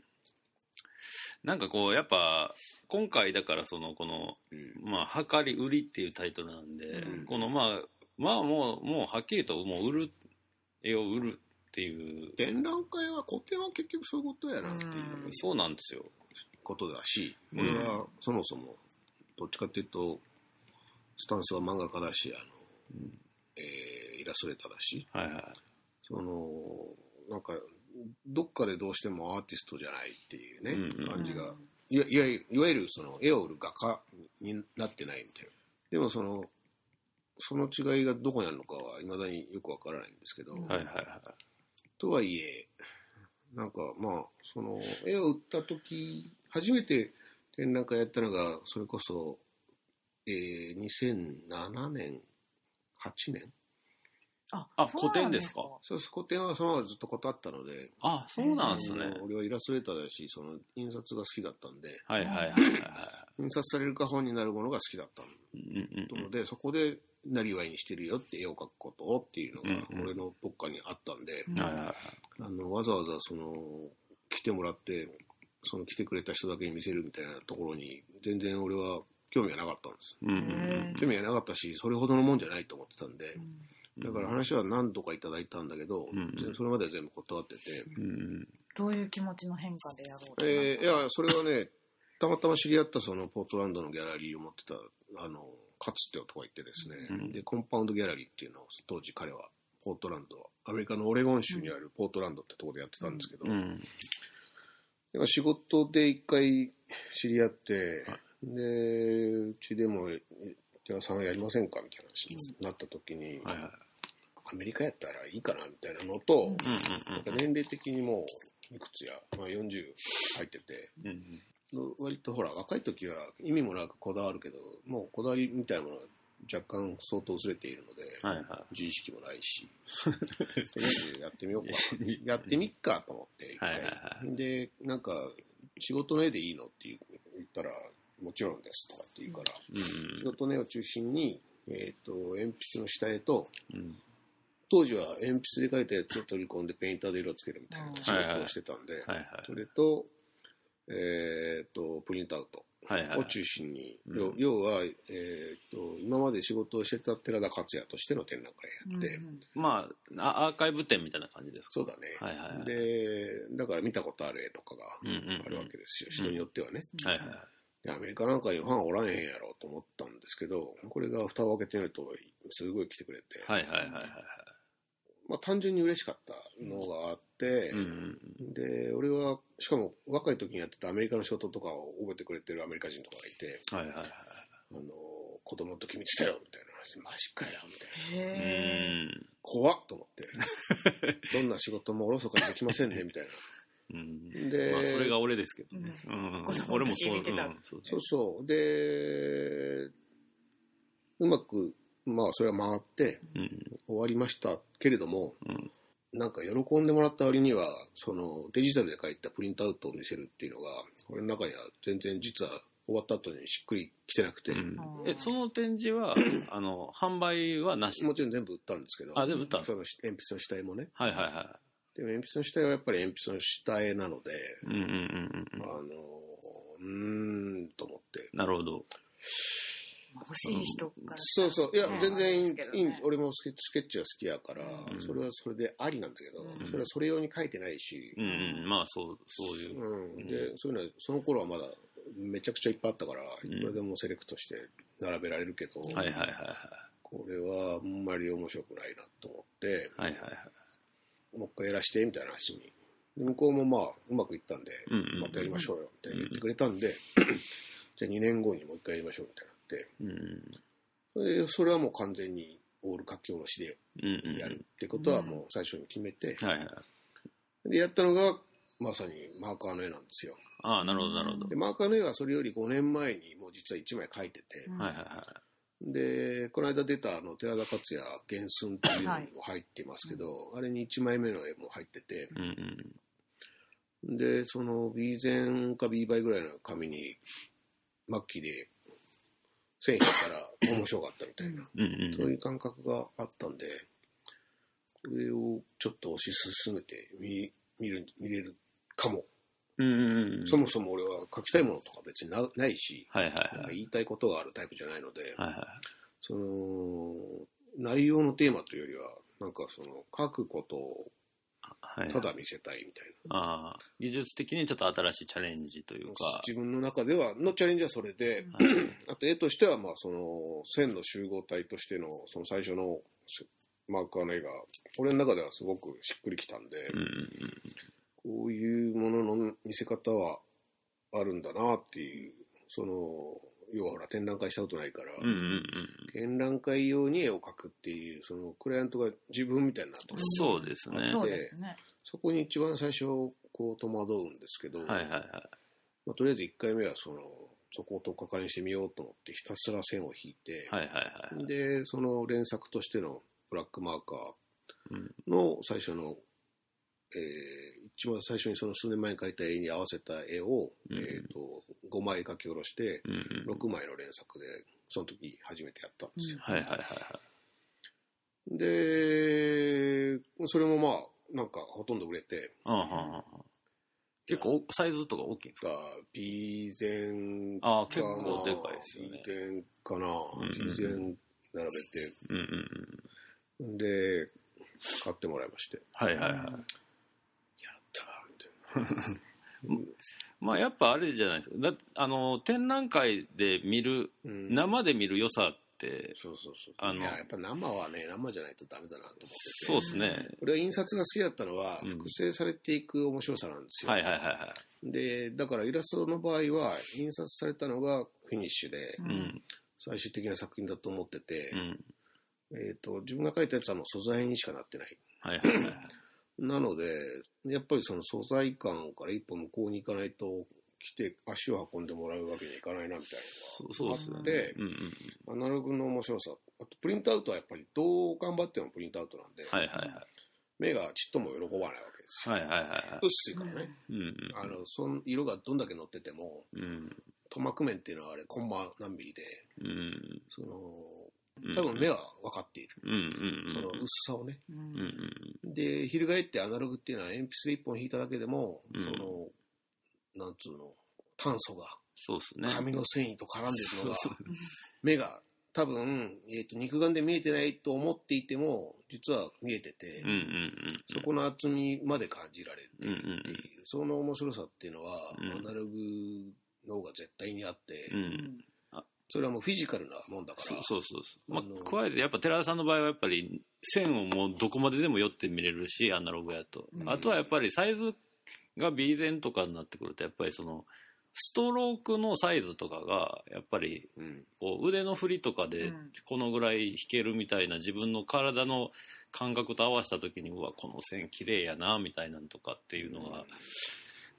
Speaker 1: なんかこう、やっぱ、今回だからその、この、
Speaker 3: うん
Speaker 1: まあ、量り売りっていうタイトルなんで、
Speaker 2: うん
Speaker 1: このまあ、まあもう、もうはっきりと、もう売る、絵を売るっていう、
Speaker 3: 展覧会は、個展は結局そういうことやなっていう
Speaker 2: うん
Speaker 1: そうなんですよ。
Speaker 3: ことだし、
Speaker 1: うん
Speaker 3: 俺はそもそも、どっちかっていうと、スタンスは漫画家だし、あの、えーイラストレーターだし、
Speaker 1: はいは
Speaker 3: その、なんか、どっかでどうしてもアーティストじゃないっていうね、
Speaker 1: うんうん
Speaker 3: 感じがいわいわゆるいわゆるその絵を売る画家になってないみたいな。でもその、その違いがどこにあるのかは未だによくわからないんですけど、
Speaker 2: うん
Speaker 1: い。はいはいは
Speaker 3: とはいえ、なんかまあ、その絵を売った時、初めて展覧会やったのが、それこそ、えー、2007年、8年
Speaker 2: あ
Speaker 1: あ
Speaker 2: そうなん
Speaker 1: 古
Speaker 3: そうです。個展はそのままずっと断ったので、
Speaker 1: い。あ、そうなんですね。
Speaker 3: あの俺はイラストレーターだし、その印刷が好きだったんで、
Speaker 1: はいはいはいはいはい。
Speaker 3: 印刷される画本になるものが好きだったん
Speaker 1: うんうん
Speaker 3: ので、そこで、なりわいにしてるよって絵を描くことをっていうのが
Speaker 1: うんうん
Speaker 3: 俺のどっかにあったんで、
Speaker 2: うん
Speaker 1: はいはいはい
Speaker 3: あのわざわざその来てもらってその来てくれた人だけに見せるみたいなところに全然俺は興味がなかったんです
Speaker 1: うんうん
Speaker 2: へ
Speaker 3: 興味がなかったしそれほどのもんじゃないと思ってたんで
Speaker 1: うん
Speaker 3: だから話は何度かいただいたんだけど、
Speaker 1: うん
Speaker 3: 全それまでは全部断ってて、
Speaker 1: うんうん
Speaker 2: どういう気持ちの変化でやろうと
Speaker 3: えーいやそれはねたまたま知り合ったそのポートランドのギャラリーを持ってたあのカツって男がいてですね、
Speaker 1: うん
Speaker 3: でコンパウンドギャラリーっていうのを当時彼はポートランドアメリカのオレゴン州にあるポートランドってところでやってたんですけど、
Speaker 1: うん
Speaker 3: でも仕事で一回知り合って、
Speaker 1: は
Speaker 3: で、うちでも、え寺さんやりませんかみたいな話になった時に、
Speaker 1: はいはい
Speaker 3: アメリカやったらいいかなみたいなのと、
Speaker 1: うん
Speaker 3: なんか年齢的にもういくつや、まあ、40入ってて、
Speaker 1: うんうん
Speaker 3: 割とほら、若い時は意味もなくこだわるけど、もうこだわりみたいなものが若干相当薄れているので、
Speaker 1: はいは
Speaker 3: 自意識もない
Speaker 1: (laughs)
Speaker 3: し、とりあえずやってみようか。やってみっかと思って、一回
Speaker 1: はいはいは
Speaker 3: で、なんか、仕事の絵でいいのって言ったら、もちろんですとかって言うから、
Speaker 1: いうん
Speaker 3: 仕事の絵を中心に、えっ、と、鉛筆の下絵と、
Speaker 1: うん
Speaker 3: 当時は鉛筆で描いたやつを取り込んでペインターで色をつけるみたいな仕
Speaker 1: うん
Speaker 3: 事をしてたんで、
Speaker 1: はいはい
Speaker 3: それと、えっ、と、プリントアウト。
Speaker 1: はいはい
Speaker 3: を中心に、
Speaker 1: うん
Speaker 3: 要要は、えー、と今まで仕事をしてた寺田克也としての展覧会やって、
Speaker 2: うん
Speaker 1: まああアーカイブ展みたいな感じですか
Speaker 3: そうだね、
Speaker 1: はいはいはい
Speaker 3: でだから見たことある絵とかが
Speaker 1: うんうんうん
Speaker 3: あるわけですよ、人によってはね、
Speaker 2: うん
Speaker 1: はいはいはい
Speaker 3: でアメリカなんかにファンおらんへんやろと思ったんですけどこれが蓋を開けてみるとすごい来てくれて、
Speaker 1: はいはいはいはいはい
Speaker 3: まあ、単純に嬉しかったのがあって、
Speaker 1: うんうん
Speaker 3: で俺はしかも若い時にやってたアメリカの仕事とかを覚えてくれてるアメリカ人とかがいて、
Speaker 1: はいはいはい
Speaker 3: あの子供の時見てたよみたいな話マジかよみ
Speaker 1: (laughs)
Speaker 3: たいな。
Speaker 1: う
Speaker 2: へ
Speaker 1: ん
Speaker 3: 怖っと思って。どんな仕事もおろそかにできませんね、みたい
Speaker 1: うん
Speaker 3: な。で、
Speaker 1: まあそれが俺ですけどね
Speaker 2: う
Speaker 1: うん
Speaker 2: 子供の時
Speaker 1: 俺もそうう
Speaker 2: 見てた
Speaker 1: んそう
Speaker 3: そうそう。で、うまく、まあ、それは回って
Speaker 1: うん
Speaker 3: 終わりましたけれども、
Speaker 1: うん
Speaker 3: なんか喜んでもらった割には、そのデジタルで書いたプリントアウトを見せるっていうのが、俺の中には全然実は終わった後にしっくりきてなくて、
Speaker 1: うんえその展示はあの販売はなし
Speaker 3: もちろん全部売ったんですけど、
Speaker 1: あ全部売ったんです
Speaker 3: その鉛筆の下絵もね。
Speaker 1: はいはいは
Speaker 3: でも鉛筆の下絵はやっぱり鉛筆の下絵なので、
Speaker 1: いうんうんうんう
Speaker 3: あ
Speaker 1: ん
Speaker 3: の、うーんと思って。
Speaker 1: なるほど
Speaker 2: ー欲しい人からした
Speaker 3: そ
Speaker 2: ら
Speaker 3: うそう。いや
Speaker 1: う、ん
Speaker 3: 全然いい
Speaker 2: ですけど
Speaker 3: いいん
Speaker 2: ね
Speaker 3: 俺もスケスケッチは好きやから、
Speaker 2: うん
Speaker 3: それはそれでありなんだけど、
Speaker 2: うん
Speaker 3: それはそれ用に書いてないし。
Speaker 1: う、んうんまあそうそういううん
Speaker 3: で、そういうのは、その頃はまだめちゃくちゃいっぱいあったから、いくらでもセレクトして並べられるけど、
Speaker 1: はいはいはい
Speaker 3: これはあんまり面白くないなと思って、
Speaker 1: はいはいはいはい
Speaker 3: もう一回やらして、みたいな話に。で向こうもまあ、うまくいったんで、
Speaker 1: うんうんうん
Speaker 3: またやりましょうよ、って言ってくれたんで、じゃあ2年後にもう一回やりましょう、みたいになって。
Speaker 1: うん
Speaker 3: それでそれはもう完全にオール書き下ろしで
Speaker 1: うんうん
Speaker 3: やるってことはもう最初に決めて、
Speaker 1: はいはい
Speaker 3: でやったのがまさにマーカーの絵なんですよ
Speaker 1: ああなるほどなるほど
Speaker 3: でマーカーの絵はそれより5年前にもう実は1枚描いてて、
Speaker 2: うん
Speaker 1: はいはいは
Speaker 3: でこの間出たあの寺田克也原寸っていうのも入ってますけど、あれに1枚目の絵も入ってて
Speaker 1: いうんうん
Speaker 3: でその B 前か B 倍ぐらいの紙に末期で線引いたら面白かったみたいな、
Speaker 1: うん
Speaker 3: そううんいう感覚があったんで、これをちょっと推し進めて見見る見れるかも、
Speaker 1: うんうんうん
Speaker 3: そもそも俺は書きたいものとか別になないし、
Speaker 1: はいはい
Speaker 3: なんか
Speaker 1: はい
Speaker 3: 言いたいことがあるタイプじゃないので、
Speaker 1: はいはい
Speaker 3: その内容のテーマというよりは、なんかその書くことを
Speaker 1: はいはい
Speaker 3: ただ見せたいみたい
Speaker 1: ああ技術的にちょっと新しいチャレンジとい
Speaker 3: な、
Speaker 1: うか
Speaker 3: 自分の中ではのチャレンジはそれで、
Speaker 2: うん
Speaker 1: はい
Speaker 3: (clears throat) あと絵としてはまあその線の集合体としてのその最初のマーカーの絵が、俺の中ではすごくしっくりきたんで。
Speaker 1: うんうん
Speaker 3: こういうものの見せ方はあるんだなっていう、その、要はほら展覧会したことないから、
Speaker 1: うんうんうん
Speaker 3: 展覧会用に絵を描くっていう、そのクライアントが自分みたいになって
Speaker 1: う
Speaker 3: ま
Speaker 1: ん
Speaker 3: す
Speaker 1: そうですね
Speaker 2: そ
Speaker 1: は
Speaker 2: うですね
Speaker 3: そこに一番最初、こう戸惑うんですけど、
Speaker 1: いはいはい
Speaker 3: まあ、とりあえず1回目はその、そこをとっかかりにしてみようと思って、ひたすら線を引いて、
Speaker 1: はいはいはい
Speaker 3: で、その連作としてのブラックマーカ
Speaker 1: うん
Speaker 3: ーの最初のえー一番最初にその数年前に描いた絵に合わせた絵を、
Speaker 1: うん
Speaker 3: えー、と5枚描き下ろして、
Speaker 1: うんうん。
Speaker 3: 6枚の連作で、その時初めてやったんですよ。
Speaker 1: はいはいはいは
Speaker 3: で、それもまあ、なんかほとんど売れて、
Speaker 1: い。うんうんうん。結構サイズとか大きいんですか
Speaker 3: が B 前かな
Speaker 1: ああ、結構でかいですよね
Speaker 3: B。前かな、
Speaker 1: んうんうん
Speaker 3: B 前並べて、
Speaker 1: うんうんうん。
Speaker 3: で、買ってもらいまして。
Speaker 1: はいはいはい。
Speaker 3: たーみたい
Speaker 1: まあやっぱあれじゃないですか。だってあの、展覧会で見る、
Speaker 3: なうん
Speaker 1: 生で見る良さって、
Speaker 3: そうそうそう。
Speaker 1: あの
Speaker 3: いや、やっぱ生はね、生じゃないとダメだなと思ってて。
Speaker 1: そうですね。
Speaker 3: 俺は印刷が好きだったのは、
Speaker 1: うん
Speaker 3: 複製されていく面白さなんですよ。
Speaker 1: はいはいはいは
Speaker 3: で、だからイラストの場合は、印刷されたのがフィニッシュで、
Speaker 1: い。うん。
Speaker 3: 最終的な作品だと思ってて
Speaker 1: う、ん。
Speaker 3: えっ、と、自分が描いたやつはもう素材にしかなってない。
Speaker 1: はいはいはいはい。
Speaker 3: なので、やっぱりその素材感から一歩向こうに行かないと、来て足を運んでもらうわけにいかないなみたい
Speaker 1: そうそうです
Speaker 3: なの
Speaker 1: ね。
Speaker 3: があって、
Speaker 1: うんうん。
Speaker 3: アナログの面白さ。あと、プリントアウトはやっぱりどう頑張ってもプリントアウトなんで、
Speaker 1: はいはいはい。
Speaker 3: 目がちっとも喜ばないわけですよ。
Speaker 1: はいはいはいは
Speaker 3: 薄いからね。
Speaker 1: い。うん
Speaker 3: あの、その色がどんだけ乗ってても、
Speaker 1: うん。うん。
Speaker 3: 塗膜面っていうのはあれ、コンマ何ミリで、
Speaker 1: うん。
Speaker 3: その、
Speaker 1: うん
Speaker 3: 多分目は分かっている。
Speaker 1: うんうんうん。
Speaker 3: その薄さをね。
Speaker 2: う
Speaker 1: うん
Speaker 2: ん
Speaker 1: うん。
Speaker 3: で、翻ってアナログっていうのは鉛筆で一本引いただけでも、
Speaker 1: うん
Speaker 3: その、なんつうの、炭素が
Speaker 1: そうですね。
Speaker 3: 紙の繊維と絡んでるのが、
Speaker 1: そうそう
Speaker 3: 目が多分、えーと、肉眼で見えてないと思っていても、実は見えてて
Speaker 1: うん、うんうん。
Speaker 3: そこの厚みまで感じられる
Speaker 1: うんうん
Speaker 3: っていう、その面白さっていうのは、
Speaker 1: うん
Speaker 3: アナログの方が絶対にあって、
Speaker 1: うん。う。
Speaker 2: うんん
Speaker 3: それはもうフィジカルなもんだか
Speaker 1: そう
Speaker 3: ら、
Speaker 1: そうそうそう。ま
Speaker 3: あの
Speaker 1: あ、加えて、やっぱ寺田さんの場合は、やっぱり、線をもうどこまででも寄って見れるし、アナログやと
Speaker 2: う。ん
Speaker 1: あとはやっぱり、サイズが B 前とかになってくると、やっぱりその、ストロークのサイズとかが、やっぱり、
Speaker 3: うん
Speaker 1: こう腕の振りとか
Speaker 2: う
Speaker 1: で
Speaker 2: ん
Speaker 1: このぐらい弾けるみたいな自分の体の感覚と合わせた時にうわこの線綺麗やなみたいなのとかっていうのが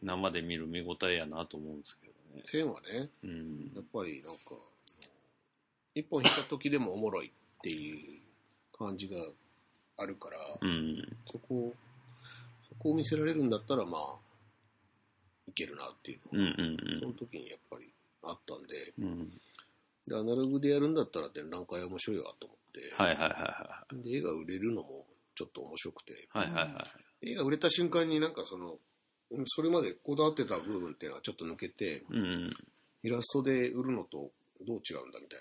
Speaker 1: 生で見る見応えやなと思うんですけどね。
Speaker 3: 線はね、
Speaker 1: うん
Speaker 3: やっぱりなんか、一本引いた時でもおもろいっていう感じがあるから、
Speaker 1: うん
Speaker 3: そこ、そこを見せられるんだったら、まあ、いけるなっていう
Speaker 1: うんう
Speaker 3: のが、その
Speaker 1: ん
Speaker 3: 時にやっぱりあったんで、
Speaker 1: うんうん
Speaker 3: で、アナログでやるんだったら展覧会面白いわと思って、
Speaker 1: はいはいは
Speaker 3: で、絵が売れるのもちょっと面白くて、
Speaker 1: いはいはいはいは
Speaker 3: 絵が売れた瞬間になんかその、うんそれまでこだわってた部分っていうのはちょっと抜けて、
Speaker 1: い。うん
Speaker 3: イラストで売るのとどう違うんだみたい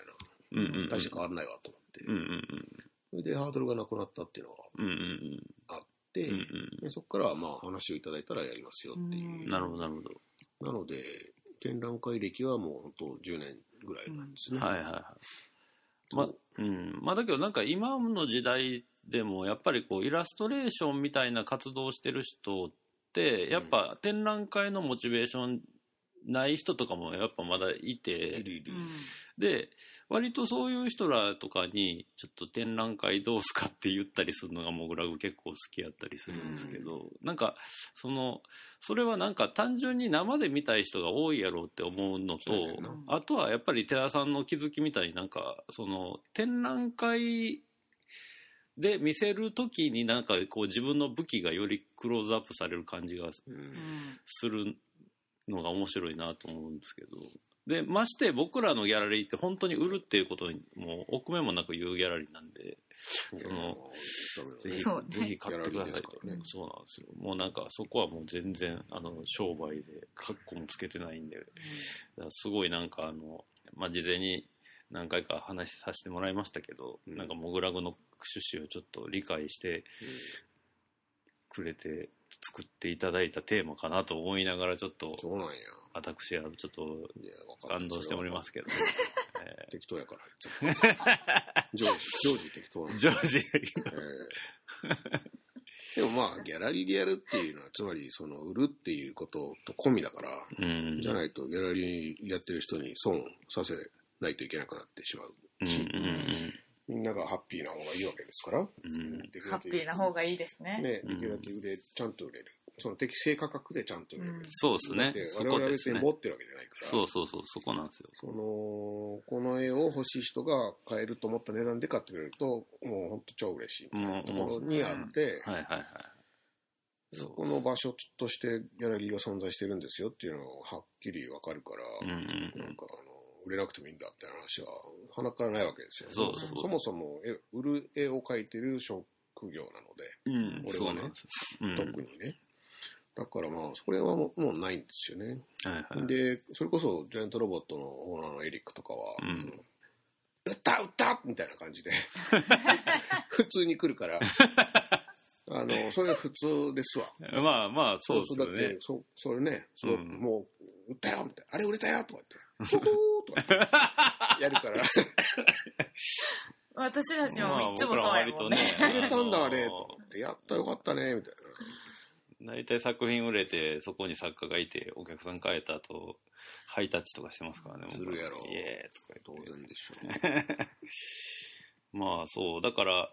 Speaker 1: うんうんうん
Speaker 3: な、大して変わらないわと思って、
Speaker 1: うんうん
Speaker 3: それでハードルがなくなったっていうのがあ
Speaker 1: うんうんうん
Speaker 3: って、
Speaker 1: うんうん
Speaker 3: でそこからはまあ話をいただいたらやりますよっていう。
Speaker 1: うんなるほどなるほど。
Speaker 3: なので、展覧会歴はもう本当10年ぐらいなんですね。
Speaker 1: はいはいはい。まうんまあ、だけどなんか今の時代でもやっぱりこうイラストレーションみたいな活動をしてる人ってやっぱ展覧会のモチベーションない人とかもやっぱまだい
Speaker 3: い
Speaker 1: て
Speaker 3: るいる。
Speaker 1: で割とそういう人らとかにちょっと展覧会どうすかって言ったりするのがモグラグ結構好きやったりするんですけど、なんかそのそれはなんか単純に生で見たい人が多いやろうって思うのと
Speaker 3: そうやねんな
Speaker 1: あとはやっぱり寺田さんの気づきみたいになんかその展覧会で見せるときになんかこう自分の武器がよりクローズアップされる感じが
Speaker 3: うん
Speaker 2: うん
Speaker 1: するのが面白いなと思うんですけどでまして僕らのギャラリーって本当に売るっていうことにもう奥目もなく言うギャラリーなんでその、ぜひ,、
Speaker 2: そうね
Speaker 1: ぜひ買ってください
Speaker 3: ギャラリーで
Speaker 1: と
Speaker 3: すからね
Speaker 1: そうなんですよもうなんかそこはもう全然あの商売でカッコもつけてないんでだからすごいなんかあの、まあ、事前に何回か話させてもらいましたけど、
Speaker 3: うん
Speaker 1: なんかモグラグの趣旨をちょっと理解してくれて作っていただいたテーマかなと思いながらちょっと
Speaker 3: そうなんや。
Speaker 1: 私はちょっと
Speaker 3: いやわかんな
Speaker 1: 感
Speaker 3: い
Speaker 1: 動しておりますけど、
Speaker 3: 適当やから。常時、常時適当
Speaker 1: え
Speaker 3: なん
Speaker 1: ー
Speaker 3: で
Speaker 1: ジ
Speaker 3: す
Speaker 1: ョージ
Speaker 3: ええ (laughs) でもまあ、ギャラリーでやるっていうのは、つまり、その、売るっていうことと込みだから、
Speaker 1: うん
Speaker 3: じゃないと、ギャラリーやってる人に損させないといけなくなってしまう。
Speaker 1: うん
Speaker 3: みんながハッピーな方がいいわけですから。
Speaker 1: うんうん
Speaker 3: できるだけ
Speaker 2: ハッピーな方がいいですね。
Speaker 3: ね、
Speaker 1: うん
Speaker 3: できるだけ売れ、ちゃんと売れる。その適正価格でちゃんと売れる。
Speaker 2: うん
Speaker 1: そうですね
Speaker 3: で
Speaker 1: そ
Speaker 3: 我々
Speaker 1: こ
Speaker 3: は
Speaker 1: です
Speaker 3: 別に
Speaker 1: ね
Speaker 3: 持ってるわけじゃないから。
Speaker 1: そうそうそうそこなんですよ
Speaker 3: その、この絵を欲しい人が買えると思った値段で買ってくれると、もう本当超嬉しい。
Speaker 1: もう
Speaker 3: と
Speaker 1: も
Speaker 3: ころにあって、
Speaker 1: うはいはいはい
Speaker 3: そこの場所としてギャラリーが存在してるんですよっていうのがはっきりわかるから、
Speaker 1: うんうんう
Speaker 3: なん
Speaker 1: ん
Speaker 3: かあの売れなくてもいいんだって話は鼻からないわけですよね、
Speaker 1: そう
Speaker 2: そう
Speaker 3: そもそも絵売る絵を描いてる職業なので、
Speaker 1: うん、
Speaker 3: 俺
Speaker 1: そ
Speaker 3: は
Speaker 1: う
Speaker 3: ね
Speaker 1: なんですよ。うん、
Speaker 3: 特にね。だからまあ、それはもうもうないんですよね。
Speaker 1: はいはい。
Speaker 3: で、それこそ、ジャイアントロボットのオーナーのエリックとかは、
Speaker 1: うん
Speaker 3: あの売った売ったみたいな感
Speaker 1: (laughs)
Speaker 3: じで、普通に来るから、あの、それが普通ですわ。
Speaker 1: まあまあ、そうですよ
Speaker 3: だっ
Speaker 1: ね
Speaker 3: て。そ、それね、そう
Speaker 1: うん
Speaker 3: もう、売ったよみたいな。あれ売れたよとか言
Speaker 1: (laughs)
Speaker 3: って、ほほーとか言ってやるから、 (laughs)
Speaker 2: 私たち
Speaker 1: まあ
Speaker 2: もいつもそ
Speaker 1: 僕
Speaker 2: うやもんね。
Speaker 1: らは割とね
Speaker 3: 売れたんだ、あれ、
Speaker 1: あのー
Speaker 3: と思って、やったよかったね、みたい
Speaker 1: 大体作品売れて、そこに作家がいて、お客さん帰った後、ハイタッチとかしてますからね。
Speaker 3: するやろ
Speaker 1: イエーイとか言
Speaker 3: な。
Speaker 1: って。
Speaker 3: 然でしょうね。
Speaker 1: まあそう、だから、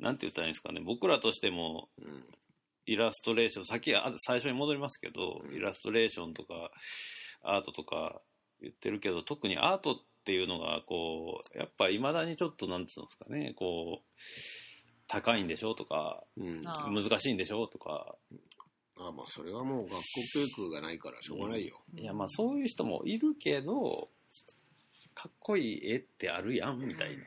Speaker 1: なんて言ったらいいんですかね、僕らとしても、
Speaker 3: うん
Speaker 1: イラストレーション、先あ最初に戻りますけど、
Speaker 3: うん
Speaker 1: イラストレーションとか、アートとか言ってるけど、特にアートっていうのが、こう、やっぱいまだにちょっと、なんつうんですかね、こう、高いんでしょとか、
Speaker 3: うん。
Speaker 2: ああ
Speaker 1: 難しいんでしょとか、
Speaker 3: あまあ、それはもう学校教育がないからしょうがないよ。
Speaker 1: いや、まあそういう人もいるけど、かっこいい絵ってあるやん、みたいな。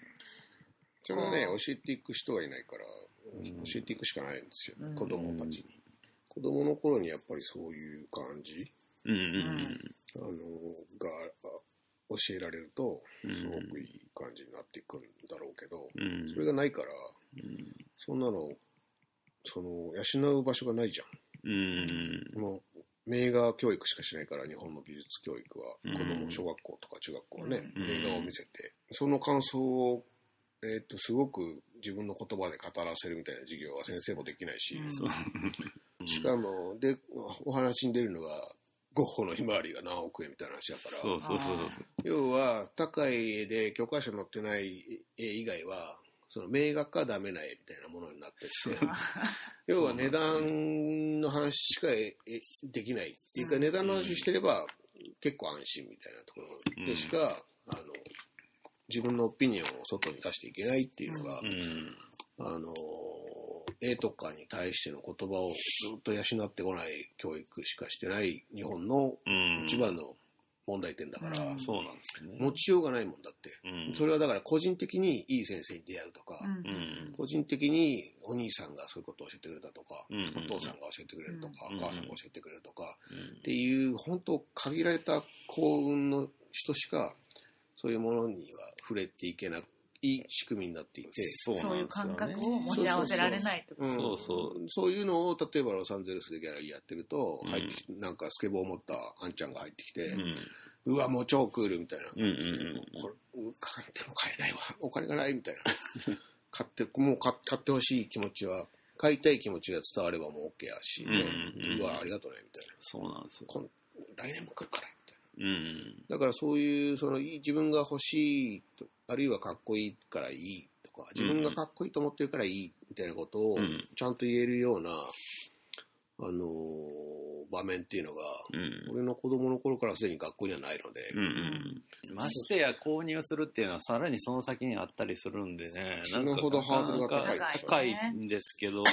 Speaker 3: それはね
Speaker 2: う、
Speaker 3: 教えていく人がいないか
Speaker 1: う
Speaker 3: ら、
Speaker 1: ん
Speaker 3: 教えていくしかないんですよ、
Speaker 2: うん
Speaker 3: 子供たちに。子供の頃にやっぱりそういう感じ、
Speaker 1: うんうん
Speaker 3: あの、が、あ教えられると、
Speaker 1: うん。
Speaker 3: すごくいい感じになっていくんだろうけど、
Speaker 1: うん。
Speaker 3: それがないから、
Speaker 1: うん
Speaker 3: そんなの、その、養う場所がないじゃ
Speaker 1: うん。
Speaker 3: ん。もう、名画教育しかしないから、日本の美術教育は、
Speaker 1: う
Speaker 3: 子
Speaker 1: ん
Speaker 3: 供、小学校とか中学校はね、
Speaker 1: うん
Speaker 3: 名画を見せて、その感想を、えーっと、すごく自分の言葉で語らせるみたいな授業は先生もできないし、
Speaker 2: うん
Speaker 1: そう。
Speaker 3: しかも、で、お話に出るのが、ゴッホのひまわりが何億円みたいな話だか
Speaker 1: そ
Speaker 3: ら
Speaker 1: う、そうそうそう。
Speaker 3: 要は、高い絵で教科書載ってない絵以外は、その名画かダメな絵みたいなものになってって、要は値段の話しかええできないっていうか、
Speaker 2: うん
Speaker 3: 値段の話してれば結構安心みたいなところでしか、あの自分のオピニオンを外に出していけないっていうのが、
Speaker 1: うん。
Speaker 3: あの絵とかに対しての言葉をずっと養ってこない教育しかしてない日本の
Speaker 1: うん。
Speaker 3: 一番の問題点だから、
Speaker 2: うん
Speaker 1: そうなんですね。
Speaker 3: 持ちようがないもんだって。
Speaker 1: うん。
Speaker 3: それはだから個人的にいい先生に出会うとか、
Speaker 2: うん
Speaker 1: うん。
Speaker 3: 個人的にお兄さんがそういうことを教えてくれたとか、
Speaker 1: うん
Speaker 3: お父さんが教えてくれるとか、
Speaker 1: うん
Speaker 3: お母さんが教えてくれるとか、っていう、本当限られた幸運の人しか、そういうものには触れていけない仕組みになっていて、
Speaker 1: そう
Speaker 2: そ
Speaker 1: な
Speaker 2: うい
Speaker 1: ん
Speaker 2: う
Speaker 1: ですよ
Speaker 2: 感
Speaker 1: ね
Speaker 2: 覚を持ち合わせられないってこと
Speaker 3: ん。
Speaker 1: そうそう
Speaker 3: そういうのを、例えばロサンゼルスでギャラリーやってると、
Speaker 1: うん
Speaker 3: 入ってきて、なんかスケボーを持ったあんちゃんが入ってきて、
Speaker 1: うん。
Speaker 3: うわ、もう超クールみたいな。
Speaker 1: うんうんうん
Speaker 3: これ、買っても買えないわ。 (laughs) お金がないみたいな。買って、もう買買ってほしい気持ちは、買いたい気持ちが伝わればもう OK やし、ね
Speaker 1: うんうんうん
Speaker 3: わ、ありがとうね、みたいな。
Speaker 1: そうなんですよ。
Speaker 3: こん来年も来るから、みたい
Speaker 1: うん。
Speaker 3: な。だからそういう、その、いい自分が欲しいと、あるいはかっこいいからいいとか、自分がかっこいいと思ってるからいい、みたいなことを
Speaker 1: う、ん。
Speaker 3: ちゃんと言えるような、あのー場面っていうのが、
Speaker 1: うん。
Speaker 3: 俺の子供の頃からすでに学校にはないので、
Speaker 1: うんうん、ましてや購入するっていうのはさらにその先にあったりするんでね
Speaker 3: 死ぬほどハードルが高い
Speaker 1: なかなか
Speaker 2: 高
Speaker 1: 高
Speaker 2: い
Speaker 1: いんですけど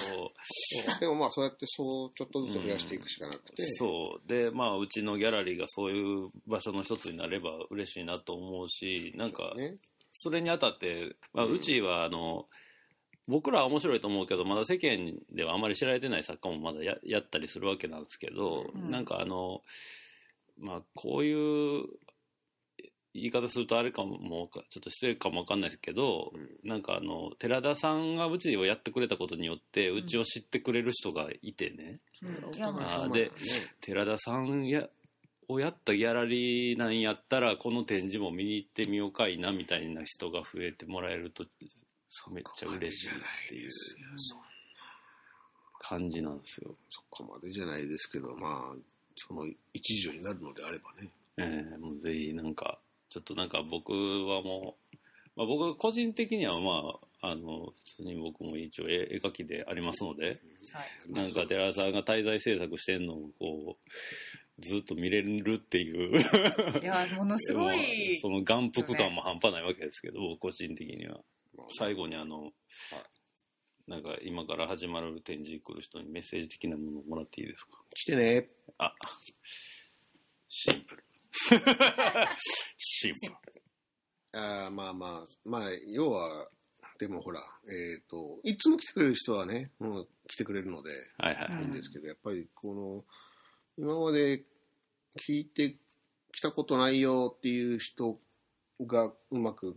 Speaker 3: でもまあそうやってそうちょっとずつ増やしていくしかなくて、
Speaker 1: そうでまあうちのギャラリーがそういう場所の一つになれば嬉しいなと思うしなんか
Speaker 3: ね、
Speaker 1: それにあたって、まあ、
Speaker 3: うん
Speaker 1: うちはあの、僕らは面白いと思うけどまだ世間ではあまり知られてない作家もまだややったりするわけなんですけど、
Speaker 2: うん
Speaker 1: なんかあのまあこういう言い方するとあれかももうかちょっと失礼かもわかんないですけど、なんかあの寺田さんがうちをやってくれたことによってうちを知ってくれる人がいてね、
Speaker 2: うんいやまあ
Speaker 1: あで
Speaker 3: そうなんだよね
Speaker 1: 寺田さんやをやったギャラリーなんやったらこの展示も見に行ってみようかいなみたいな人が増えてもらえるとそうめっちゃ嬉しいっていう
Speaker 3: そ
Speaker 1: 感じなんですよ。
Speaker 3: そこまでじゃないですけどまあその一助になるのであればね
Speaker 1: えー、もうぜひなんかちょっとなんか僕はもう、まあ、僕個人的にはまああの普通に僕も一応絵絵描きでありますので
Speaker 2: はい
Speaker 1: なんか寺田さんが滞在制作してるのをこうずっと見れるっていう
Speaker 2: いや、ものすご
Speaker 1: まあ
Speaker 2: い
Speaker 1: そ。の眼福感も半端ないわけですけど、僕個人的には。
Speaker 3: まあ
Speaker 1: 最後にあの、なんか今から始まる展示来る人にメッセージ的なものをもらっていいですか
Speaker 3: 来てね。
Speaker 1: あ、シンプル。シンプル。
Speaker 3: あーまあまあ、まあ、要は、でもほら、えっ、と、いつも来てくれる人はね、もう来てくれるので、
Speaker 1: はいはい
Speaker 2: うん
Speaker 1: はいい。
Speaker 3: いんですけど、やっぱりこの、今まで聞いてきたことないよっていう人がうまく、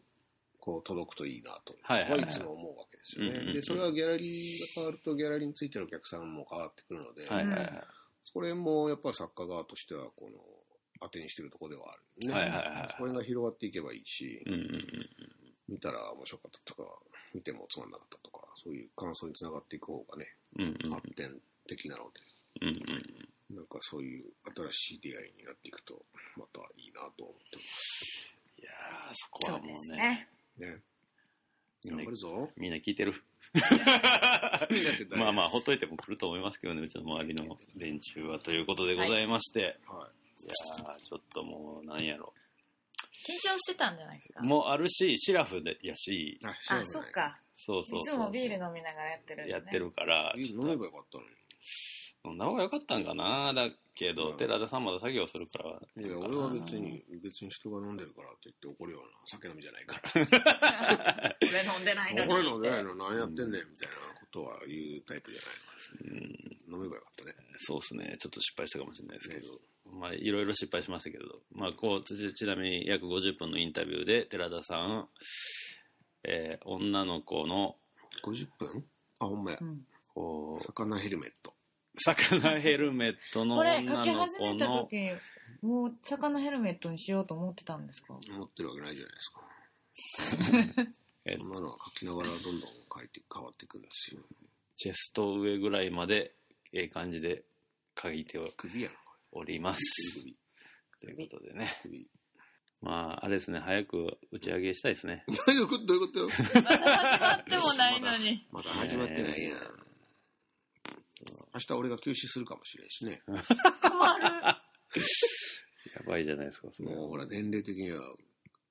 Speaker 3: こう、届くといいなと、
Speaker 1: はいはいはい
Speaker 3: つも思うわけですよ
Speaker 1: うんうんう
Speaker 3: ね。
Speaker 1: ん
Speaker 3: で、それはギャラリーが変わると、ギャラリーについてるお客さんも変わってくるので、
Speaker 1: はいはいはい。
Speaker 3: それもやっぱり作家側としては、この、当てにしてるところではある、ね。
Speaker 1: はいはいはい
Speaker 3: これが広がっていけばいいし、
Speaker 1: うんうんうん。
Speaker 3: 見たら面白かったとか、見てもつまんなかったとか、そういう感想につながっていく方がね、
Speaker 1: うんうん
Speaker 3: 発展的なの
Speaker 1: うんうん。
Speaker 3: で、なんかそういう新しい出会いになっていくと、またいいなと思ってます
Speaker 1: いやーそこ
Speaker 2: そ
Speaker 1: は
Speaker 2: うで
Speaker 1: もう
Speaker 2: す
Speaker 1: ね
Speaker 2: ね。
Speaker 3: ね。
Speaker 1: ね
Speaker 3: 頑張るぞ。
Speaker 1: みんな聞いてる。ま
Speaker 3: (laughs) ま
Speaker 1: あまあ、ほっといても来ると思いますけどね、うちの周りの連中は。ということでございまして、い、
Speaker 3: あ。はい。
Speaker 1: やーちょっともう、なんやろ。
Speaker 2: 緊張してたんじゃないですか。
Speaker 1: もうあるし、シラフでやし、
Speaker 3: あ、
Speaker 2: あ、そっ。か。
Speaker 1: そう
Speaker 2: い
Speaker 1: そうそう
Speaker 2: つもビール飲みながらやってるんで
Speaker 1: や
Speaker 2: ね。
Speaker 1: ってるから、
Speaker 3: ビール飲めばよかったのに。
Speaker 1: そんな方が良かったんかな、だけど、
Speaker 3: うん
Speaker 1: 寺田さんまだ作業するから。
Speaker 3: いや、俺は別に、別に人が飲んでるからって言って怒るような酒飲みじゃな
Speaker 2: (laughs)
Speaker 3: いから。
Speaker 2: (laughs) 俺飲んでないのに。
Speaker 3: 怒るのでないの、何やってんねんみたいなことは言うタイプじゃないから
Speaker 1: うん、
Speaker 3: 飲めばよかったね。
Speaker 1: そうですね、ちょっと失敗したかもしれないですけど。
Speaker 3: ね
Speaker 1: まあ、いろいろ失敗しましたけど、まあ、こうちちなみに約50分のインタビューで寺田さん、えー女の子の
Speaker 3: 50分あ、ほんまや
Speaker 2: う。ん
Speaker 1: こう
Speaker 3: 魚ヘルメット。
Speaker 1: 魚ヘルメットの
Speaker 2: これ、
Speaker 1: 女
Speaker 2: かけ
Speaker 1: の
Speaker 2: 始
Speaker 1: 子
Speaker 2: めた
Speaker 1: の
Speaker 2: 時、もう魚ヘルメットにしようと思ってたんですか
Speaker 3: 持ってるわけないじゃないですか。 (laughs)
Speaker 1: え
Speaker 3: そんなのは書きながらどんどん書いて変わっていくんですよ。
Speaker 1: チェスト上ぐらいまでええ感じで書いて
Speaker 3: 首やん。
Speaker 1: おります
Speaker 3: 首、
Speaker 1: ということでね
Speaker 3: 首。 (laughs)
Speaker 1: まああれですね早く打ち上げしたいですね
Speaker 3: どういうことどういうことよ。
Speaker 2: 始まってもないのに。
Speaker 3: まだ始まってないやん
Speaker 1: え。
Speaker 3: 明日俺が休止するかもしれんしね。
Speaker 2: (laughs) 困る。
Speaker 1: やばいじゃないですかそれは
Speaker 3: もうほら、年齢的には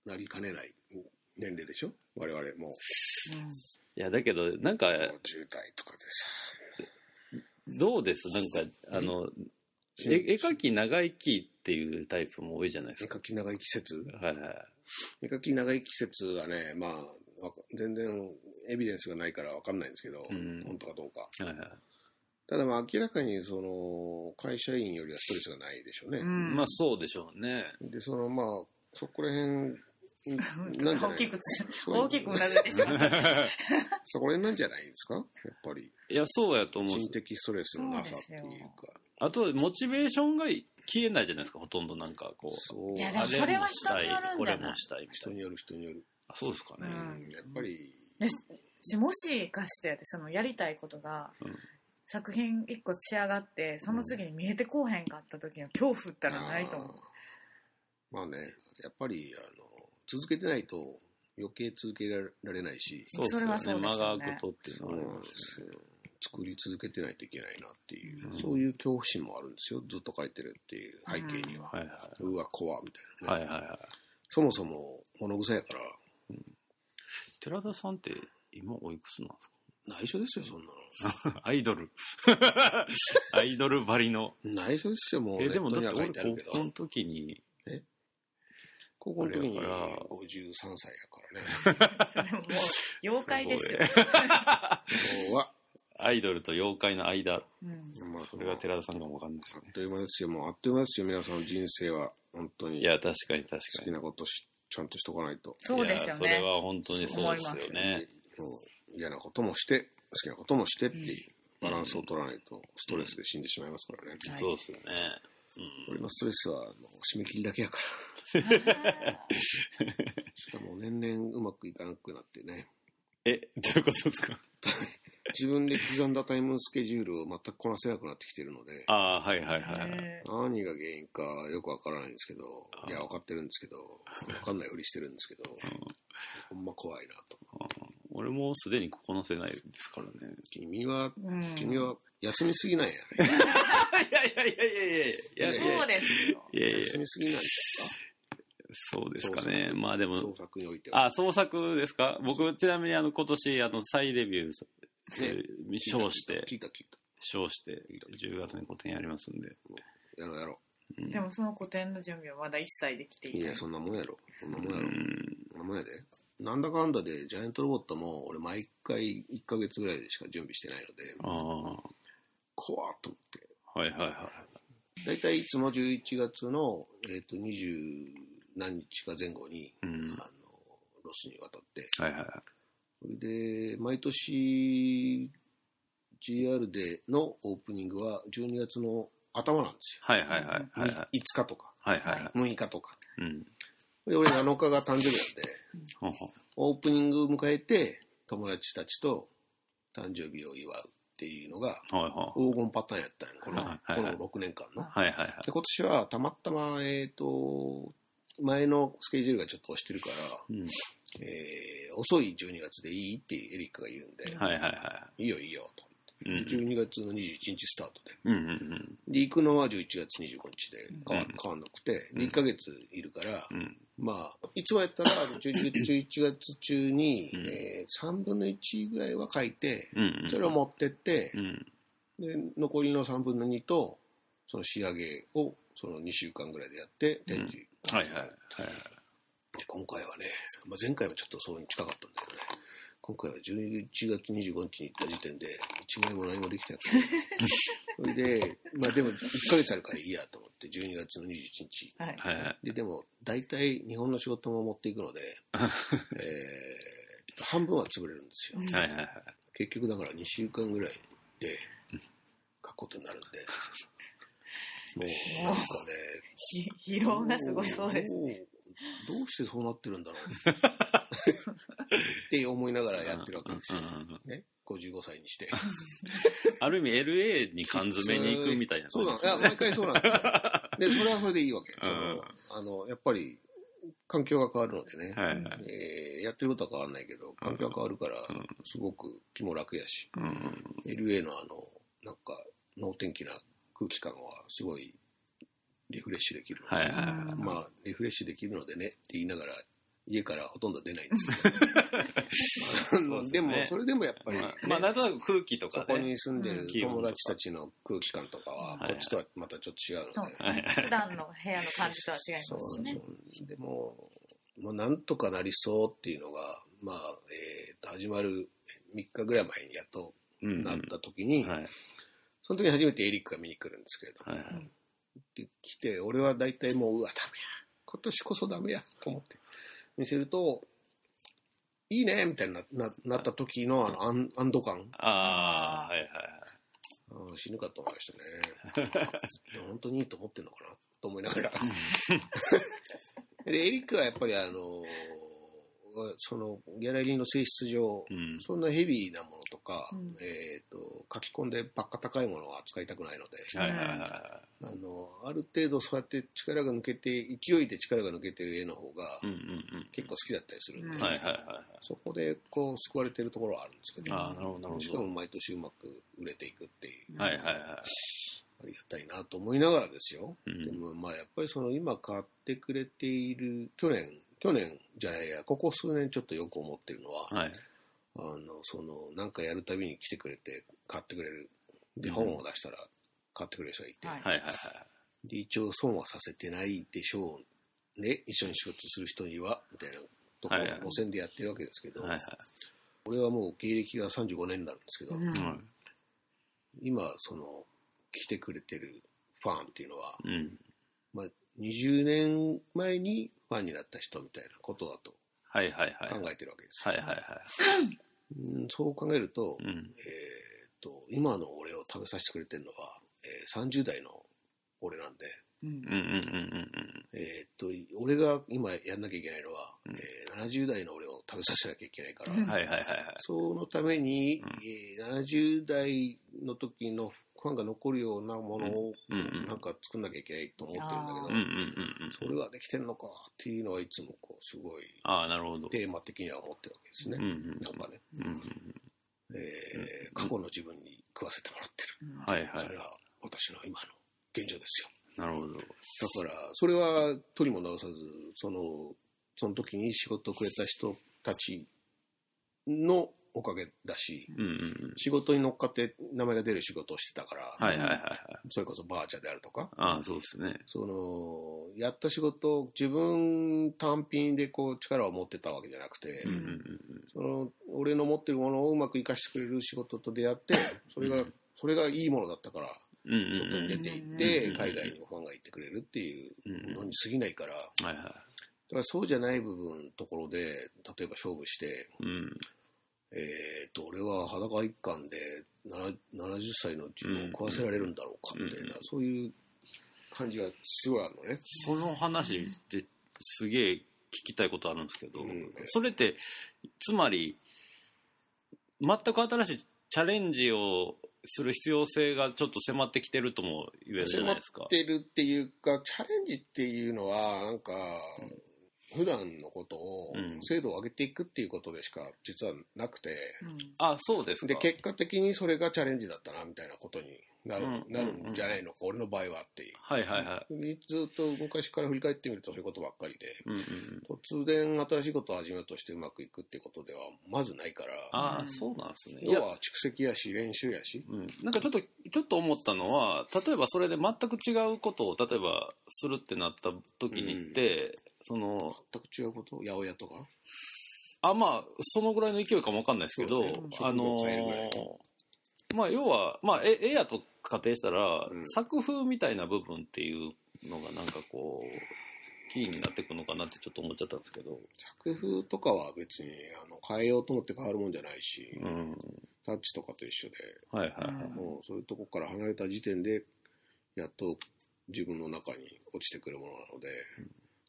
Speaker 3: なりかねない年齢でしょ我々も
Speaker 1: いやだけどなんか
Speaker 3: う、もう10代とかでさ。
Speaker 1: どうですなんかあのえ絵描き長生きっていうタイプも多いじゃないで
Speaker 3: 絵
Speaker 1: すか
Speaker 3: 描き長い季節
Speaker 1: はいはい
Speaker 3: 絵描き長い季節はね、まあ、わか全然エビデンスがないからわかんないんですけど、
Speaker 1: うん
Speaker 3: 本当かどうか。
Speaker 1: はいはい
Speaker 3: ただまあ明らかにその会社員よりはストレスがないでしょうね。
Speaker 2: うん
Speaker 1: まあそうでしょう
Speaker 2: (laughs)
Speaker 1: ね
Speaker 3: で、そのまあ、そこら辺、んなんじゃな
Speaker 2: 大
Speaker 3: い
Speaker 2: きくつ、
Speaker 3: そう
Speaker 2: 大きくうなずいてしまった。
Speaker 3: そこら辺なんじゃないですかやっぱり。
Speaker 1: いやそうやと思うんです
Speaker 3: 人的ストレスのなさっていうか。
Speaker 1: あと、モチベーションが消えないじゃないですか、ほとんどなんかこう。
Speaker 3: そう
Speaker 2: いやでもそれは人によるん
Speaker 1: こ
Speaker 2: じ
Speaker 1: れ
Speaker 2: ゃない
Speaker 1: もしたいみた
Speaker 3: 人
Speaker 1: い
Speaker 3: に
Speaker 1: な。
Speaker 3: よる人による。
Speaker 1: あそうですか
Speaker 3: う
Speaker 1: ね。
Speaker 2: ん
Speaker 3: ん、やっぱり、
Speaker 2: しもしかしてってそのやりたいことが、
Speaker 1: うん
Speaker 2: 作品一個仕上がってその次に見えてこうへんかった時の恐怖ったらないと思う
Speaker 3: あー。まあね、やっぱり、あの、続けてないと余計続けられないし、
Speaker 1: そうですよ
Speaker 2: それ
Speaker 1: ね
Speaker 2: はそうですよね
Speaker 1: 間が空くとっていうの
Speaker 3: そう
Speaker 1: はあり
Speaker 3: なん
Speaker 1: ま
Speaker 3: ですすよ作り続けてないといけないなっていう、
Speaker 1: うん
Speaker 3: そういう恐怖心もあるんですよ。ずっと書いてるっていう背景には。
Speaker 1: ね。はいは
Speaker 3: うわ、怖みたい
Speaker 1: い。
Speaker 3: な、
Speaker 1: は
Speaker 3: ね
Speaker 1: いはいはい。
Speaker 3: そもそも物臭やから、
Speaker 1: 寺田さんって今おいくつなんで
Speaker 3: 内緒ですよ、そんな
Speaker 1: すか (laughs) アイドル。アイドルばりの。
Speaker 3: の。内緒ですよ、もう。
Speaker 1: え、でもだって
Speaker 3: ネ
Speaker 1: 俺
Speaker 3: ットには書いてあるけど
Speaker 1: 高校の時に、
Speaker 3: 高校の時に
Speaker 1: あれやから
Speaker 3: 53歳やからね。
Speaker 2: それもう妖怪ですよ。
Speaker 3: 今日
Speaker 1: (laughs)
Speaker 3: は、
Speaker 1: アイドルと妖怪の間。
Speaker 2: うん
Speaker 3: まあ、
Speaker 1: それが寺田さんかもわかんないです
Speaker 3: あっ
Speaker 1: ね。
Speaker 3: という間ですよ、もうあっという間ですよ、皆さんの人生は。本当に。
Speaker 1: いや、確かに確
Speaker 3: 好
Speaker 1: か
Speaker 3: き
Speaker 1: に。
Speaker 3: なことし、ちゃんとしとかないと。
Speaker 2: そうです
Speaker 1: いや
Speaker 2: よ
Speaker 1: それ
Speaker 2: ね。
Speaker 1: は本当にそうですよね。
Speaker 3: もう嫌なこともして、好きなこともしてっていう
Speaker 1: うん
Speaker 3: バランスを取らないと、ストレスで死んでしまいますからね。
Speaker 2: はい
Speaker 1: そうですよね。うん
Speaker 3: 俺のストレスは、もう締め切りだけやから。 (laughs) しかも年々うまくいかなくなってね。
Speaker 1: え、どういうことですか (laughs)
Speaker 3: 自分で刻んだタイムスケジュールを全くこなせなくなってきてるので、
Speaker 1: ああー、はいはい
Speaker 2: あー
Speaker 1: はいはい。
Speaker 2: ね
Speaker 3: 何が原因かよくわからないんですけど
Speaker 1: あ、ー
Speaker 3: いや、わかってるんですけど、わかんないふりしてるん
Speaker 1: (laughs)
Speaker 3: ですけど、ほんま怖いなと。
Speaker 1: 俺もうすでにこなせないですからね。
Speaker 3: 君は、
Speaker 2: (laughs) うん
Speaker 3: 君は休みすぎなん
Speaker 1: (laughs)
Speaker 3: や
Speaker 1: いやいやいやいやいやいやい
Speaker 2: そうですよ。
Speaker 1: やいやい
Speaker 3: 休
Speaker 1: や
Speaker 3: みすぎなん
Speaker 1: そうですかね。まあで
Speaker 3: だ。創
Speaker 1: も、
Speaker 3: 作においては。
Speaker 1: あ、創作ですか僕、ちなみにあの、今年、あの、再デビュー
Speaker 3: ね
Speaker 1: で称して
Speaker 3: 聞いた聞いた。
Speaker 1: 称して10月に個展やりますんで、
Speaker 3: やろうやろ
Speaker 1: うん
Speaker 2: でもその個展の準備はまだ一切できて
Speaker 3: う。
Speaker 2: い
Speaker 3: い
Speaker 2: ない
Speaker 3: や、そんなもんやろ。そんなもんや
Speaker 1: う
Speaker 3: ろ。
Speaker 1: ん
Speaker 3: そんなもんやで。なんだかんだで、ジャイアントロボットも、俺、毎回1ヶ月ぐらいでしか準備してないので、
Speaker 1: ああ
Speaker 3: 怖っと思って。
Speaker 1: はいはいはい。
Speaker 3: 大体いつも11月の、えー、と20何日か前後に、
Speaker 1: うん
Speaker 3: あのロスに渡って
Speaker 1: はいはい。
Speaker 3: それで毎年 GR でのオープニングは12月の頭なんです
Speaker 1: はいはいはい。
Speaker 3: よ、
Speaker 1: はいはい。
Speaker 3: い5日とか
Speaker 1: はいはいはい。
Speaker 3: 6日とか
Speaker 1: うん。
Speaker 3: で俺7日が誕生日なんで
Speaker 1: ほうほう
Speaker 3: オープニング迎えて友達たちと誕生日を祝うっていうのが
Speaker 1: はいはい。
Speaker 3: 黄金パターンやったんやこの,、
Speaker 1: はいはいはい
Speaker 3: この6年間の。
Speaker 1: はいはいはい。
Speaker 3: で今年はたまたま、えっと前のスケジュールがちょっと押してるから、
Speaker 1: うん。
Speaker 3: えー遅い12月でいいってエリックが言うんで、、
Speaker 1: はいはいはい
Speaker 3: いよいいよと。
Speaker 1: い。うん。
Speaker 3: 12月の21日スタートで。
Speaker 1: うんうん
Speaker 3: で、行くのは11月25日で
Speaker 2: うん
Speaker 3: 変わ変わんなくて、
Speaker 1: うん
Speaker 3: 1ヶ月いるから、
Speaker 1: うん。うん。
Speaker 3: まあ、いつもやったら
Speaker 1: (laughs)
Speaker 3: 11 11月中に、
Speaker 1: うん
Speaker 3: えー3分の1ぐらいは書いて、
Speaker 1: うんうん。
Speaker 3: それを持ってって
Speaker 1: う、ん。
Speaker 3: で残りの3分の2とその仕上げをその2週間ぐらいでやって展示、
Speaker 1: はいはいはいはい。
Speaker 3: で今回はね、まあ、前回はちょっとそれに近かったんだけどね今回は11月25日に行った時点で1枚も何もできてなくてそれで、まあ、でも1ヶ月あるからいいやと思って12月の21日
Speaker 2: はい
Speaker 1: はいはい。
Speaker 3: ででも大体日本の仕事も持っていくので、えー半分は潰れるんですよ
Speaker 2: うん
Speaker 1: はいはいはい。
Speaker 3: 結局だから2週間ぐらいで書くことになるんで、もうなんかね、
Speaker 2: ひ疲労がすごいそうです。
Speaker 3: どう。どうしてそうなってるんだろう
Speaker 2: (laughs)
Speaker 3: って思いながらやってるわけですよ
Speaker 1: うんうんうんうん。
Speaker 3: ね、55歳にして。
Speaker 1: ある意味 LA に缶詰めに行くみたいな
Speaker 3: そう
Speaker 1: 感じ
Speaker 3: なん
Speaker 1: で
Speaker 3: ですす。いや、毎回そうなんですよ。で、それはそれでいいわけ。そ
Speaker 1: うん
Speaker 3: のあの、やっぱり、環境が変わるのでね、
Speaker 1: はいはい。
Speaker 3: えーやってることは変わんないけど、環境が変わるから
Speaker 1: うん、
Speaker 3: すごく気も楽やし、
Speaker 1: うんうん
Speaker 3: LA のあの、なんか、能天気な空気感はすごいリフレッシュできるので、
Speaker 1: はいはいは
Speaker 3: まあ、リフレッシュできるのでねって言いながら、家からほとんど出ないんですけ
Speaker 1: (laughs) そう
Speaker 3: ど、
Speaker 1: ですね
Speaker 3: でも、それでもやっぱ
Speaker 1: い。
Speaker 3: り、
Speaker 1: ま
Speaker 3: ね
Speaker 1: あ、まあ、なんとなく空気と
Speaker 3: そ
Speaker 1: か
Speaker 3: こ
Speaker 1: ね。
Speaker 3: に住んでる
Speaker 1: うん
Speaker 3: 友達たちの空気感とかは、
Speaker 1: はい
Speaker 3: こっちとはまたちょっと違う
Speaker 2: そ
Speaker 3: の
Speaker 2: う
Speaker 3: で、
Speaker 1: はいはい
Speaker 2: 普段の部屋の感じとは違います
Speaker 3: そうな
Speaker 2: しね
Speaker 3: んですよ。。でも、まあ、なんとかなりそうっていうのが、まあ、えーと始まる3日ぐらい前にやっと
Speaker 1: うんうん
Speaker 3: なった時に、
Speaker 1: はいはい
Speaker 3: その時に初めてエリックが見に来るんですけれども、
Speaker 1: はい。
Speaker 3: ってきて、俺は大体もう、うわ、ダメや。今年こそダメや。と思って見せると、いいねみたいになななった時のあの安安堵感、
Speaker 1: ああ、はいはい
Speaker 3: うん死ぬかと思いましたね。
Speaker 1: (laughs)
Speaker 3: いや本当にいいと思ってるのかなと思いながら。で、エリックはやっぱりあのーそのギャラリーの性質
Speaker 1: は
Speaker 3: 上、
Speaker 1: い。うん。
Speaker 3: そんなヘビーなものとか、
Speaker 2: うん
Speaker 3: えっ、と、書き込んでばっか高いものは扱いたくないので、
Speaker 1: はいはいはいは
Speaker 3: あの、ある程度そうやって力が抜けて、勢いで力が抜けてる絵の方が
Speaker 1: い。うんうんうん。
Speaker 3: 結構好きだったりするんで、
Speaker 2: うん
Speaker 1: はいはいはいはい。
Speaker 3: そこでこう救われてるところはあるんですけど、
Speaker 1: ああ、なるほどなるほど。
Speaker 3: しかも毎年うまく売れていくっていう、
Speaker 1: はいはいは
Speaker 3: ありがたいなと思いながらですよ。
Speaker 1: い。う
Speaker 3: で
Speaker 1: ん。
Speaker 3: もまあやっぱりその今買ってくれている、去年、去年じゃないや、ここ数年ちょっとよく思ってるのは、
Speaker 1: はい。
Speaker 3: あの、その、なんかやるたびに来てくれて、買ってくれる。で、
Speaker 1: うん
Speaker 3: 本を出したら買ってくれる人がいて、
Speaker 2: はい
Speaker 1: はいはいはい。
Speaker 3: で、一応損はさせてないでしょうね。一緒に仕事する人には、みたいなとこ
Speaker 1: はいはい
Speaker 3: ろを線でやってるわけですけど、
Speaker 1: はいはい。
Speaker 3: 俺はもう芸歴が35年になるんですけど、
Speaker 2: うん
Speaker 3: 今、その、来てくれてるファンっていうのは、
Speaker 1: うん。
Speaker 3: まあ、20年前にファンになった人みたいなことだと
Speaker 1: はいはいはい。
Speaker 3: 考えてるわけです。
Speaker 1: はいはいはい。
Speaker 3: うんそう考えると、
Speaker 1: うん。
Speaker 3: えーっと、今の俺を食べさせてくれてるのは、えー30代の俺なんで、
Speaker 2: うん
Speaker 1: うんうんうん
Speaker 3: えーっと、い俺が今やんなきゃいけないのは、
Speaker 1: うん
Speaker 3: えー70代の俺を食べさせなきゃいけないから、
Speaker 2: う
Speaker 1: うんうん。はいはいはいはい。
Speaker 3: そのために、
Speaker 1: うん
Speaker 3: えー70代の時のファンが残るようなものを
Speaker 1: うんうんうん
Speaker 3: なんか作んなきゃいけないと思ってるんだ
Speaker 1: うんうんう
Speaker 3: けど、
Speaker 1: んうん。
Speaker 3: それはできてんのかっていうのはいつもこう、すごい
Speaker 1: ああ、なるほど。
Speaker 3: テーマ的には思ってるわけですね
Speaker 1: うん。うん
Speaker 3: なんかね、
Speaker 1: うんうん。
Speaker 3: えー
Speaker 1: うん
Speaker 3: 過去の自分に食わせてもらってる。
Speaker 2: うん
Speaker 1: はいは
Speaker 3: それ
Speaker 1: い。
Speaker 3: は私の今の現状ですよ。
Speaker 1: なるほど。
Speaker 3: だから、それは取りも直さず、その、その時に仕事をくれた人たちのおかげだし、
Speaker 1: うんうん
Speaker 3: 仕事に乗っかって名前が出る仕事をしてたから、
Speaker 1: はいはいはいはい。
Speaker 3: それこそバーチャであるとか、
Speaker 1: ああ、そうですね。
Speaker 3: その、やった仕事を自分単品でこう力を持ってたわけじゃなくて、
Speaker 1: うんうん
Speaker 3: その、俺の持ってるものをうまく活かしてくれる仕事と出会って、それが、
Speaker 1: うん
Speaker 3: それがいいものだったから、
Speaker 1: うん。うんうん
Speaker 3: 外に出ていって、海外にもファンが行ってくれるっていう
Speaker 1: うんうん
Speaker 3: のに過ぎないから、だ
Speaker 1: はいはい。
Speaker 3: からそうじゃない部分のところで、例えば勝負して、
Speaker 1: うん。
Speaker 3: えー、と俺は裸一貫でな70歳の自分を食わせられるんだろうかみたいな、
Speaker 1: うん
Speaker 3: そういう感じがすごいあるのね。
Speaker 1: その話ってすげえ聞きたいことあるんですけど、
Speaker 3: うん
Speaker 1: それって、つまり、全く新しいチャレンジをする必要性がちょっと迫ってきてるとも言えるじゃないですか。
Speaker 3: ってるっていうかチャレンジっていうのはなんか、普段のことを
Speaker 1: うん
Speaker 3: 精度を上げていくっていうことでしか実はなくて、
Speaker 1: あ、そうですか。
Speaker 3: で結果的にそれがチャレンジだったなみたいなことになる,、
Speaker 1: うん
Speaker 3: なるんじゃないのか俺の場合はっていう。
Speaker 1: はいはいはい。
Speaker 3: ずっと昔から振り返ってみるとそういうことばっかりで
Speaker 1: うんうん、
Speaker 3: 突然新しいことを始めようとしてうまくいくっていうことではまずないから
Speaker 1: あ
Speaker 2: う
Speaker 1: あ、
Speaker 2: ん
Speaker 1: そうなんですね。いや
Speaker 3: 要、は蓄積やし練習やし
Speaker 1: うん、なんかちょっと、ちょっと思ったのは、例えばそれで全く違うことを、例えばするってなった時にって、その、
Speaker 3: 全く違うこと八百屋とか
Speaker 1: あまあそのぐらいの勢いかもわかんないですけど、
Speaker 3: そうね
Speaker 1: あの
Speaker 3: 職業変えるぐらい
Speaker 1: まあ要はまあ絵絵やと仮定したら、
Speaker 3: うん
Speaker 1: 作風みたいな部分っていうのがなんかこうキーになってくのかなってちょっと思っちゃったんですけど、
Speaker 3: 作風とかは別にあの変えようと思って変わるもんじゃないし、
Speaker 1: うん、
Speaker 3: タッチとかと一緒で
Speaker 1: はいはいはい、
Speaker 2: うん
Speaker 3: もうそういうとこから離れた時点でやっと自分の中に落ちてくるものなので、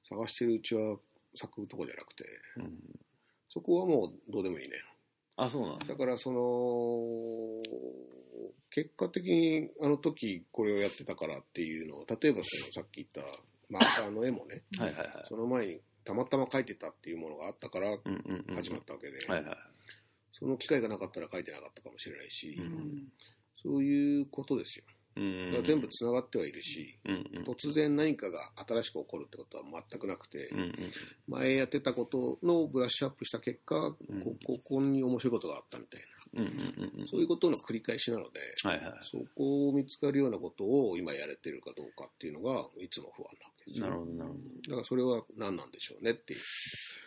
Speaker 3: 探してるうちは作風とかじゃなくて
Speaker 1: うん、
Speaker 3: そこはもうどうでもいいね
Speaker 1: あそうなんです
Speaker 3: だからその結果的にあの時これをやってたからっていうのを例えばそのさっき言ったマーカーの絵もね
Speaker 2: うん
Speaker 1: はいはいはい
Speaker 3: その前にたまたま描いてたっていうものがあったか
Speaker 1: う
Speaker 3: ら
Speaker 1: んうんうん
Speaker 3: 始まったわけで、
Speaker 1: はいはい
Speaker 3: その機会がなかったら描いてなかったかもしれないし、
Speaker 1: う
Speaker 2: うんん
Speaker 3: そういうことですよ
Speaker 1: うんうん
Speaker 3: だから全部つながってはいるし、
Speaker 1: うんうん
Speaker 3: 突然何かが新しく起こるってことは全くなくて、
Speaker 1: うんうん
Speaker 3: 前やってたことのブラッシュアップした結果、
Speaker 1: ん
Speaker 3: こここに面白いことがあったみたい
Speaker 1: うんうんうん
Speaker 3: なそういうことの繰り返しなので、
Speaker 1: はいはい
Speaker 3: そこを見つかるようなことを今やれてるかどうかっていうのがいつも不安なわけですよ
Speaker 1: なるほどなるほ
Speaker 3: だからそれは何なんでしょうねっていう。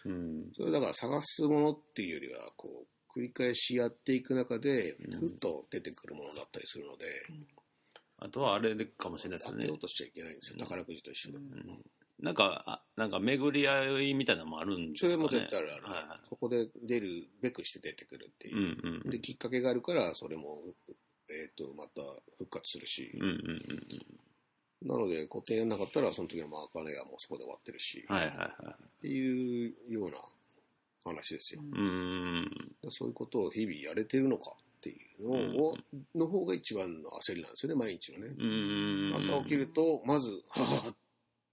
Speaker 1: どうん
Speaker 3: それだから探すものっていうよりは、こう、繰り返しやっていく中で
Speaker 1: う、ん
Speaker 3: ふっと出てくるものだったりするので、
Speaker 1: あとはあれかもしれないです
Speaker 3: 当
Speaker 1: ね
Speaker 3: てようとしちゃいけないんですよ。宝くじと一緒で。
Speaker 1: なんか、あなんか巡り合いみたいなのもあるんですか
Speaker 3: そ
Speaker 1: ね。
Speaker 3: れも絶対あるある。
Speaker 1: はいは
Speaker 3: そこで出るべくして出てくるって
Speaker 1: い。
Speaker 3: いうう。
Speaker 1: んうん。
Speaker 3: で、きっかけがあるから、それも、えっ、と、また復活するし、
Speaker 1: うんうんうん
Speaker 3: なので、固定やんなかったら、その時のマーカーネアもうそこで終わってるし、
Speaker 1: うん。はいはいはい。
Speaker 3: っていうような話ですよ。
Speaker 1: うーん。
Speaker 3: そういうことを日々やれてるのかっていうのを、の方が一番の焦りなんですよね、毎日のね。
Speaker 1: うーん。
Speaker 3: 朝起きると、まず、はぁっ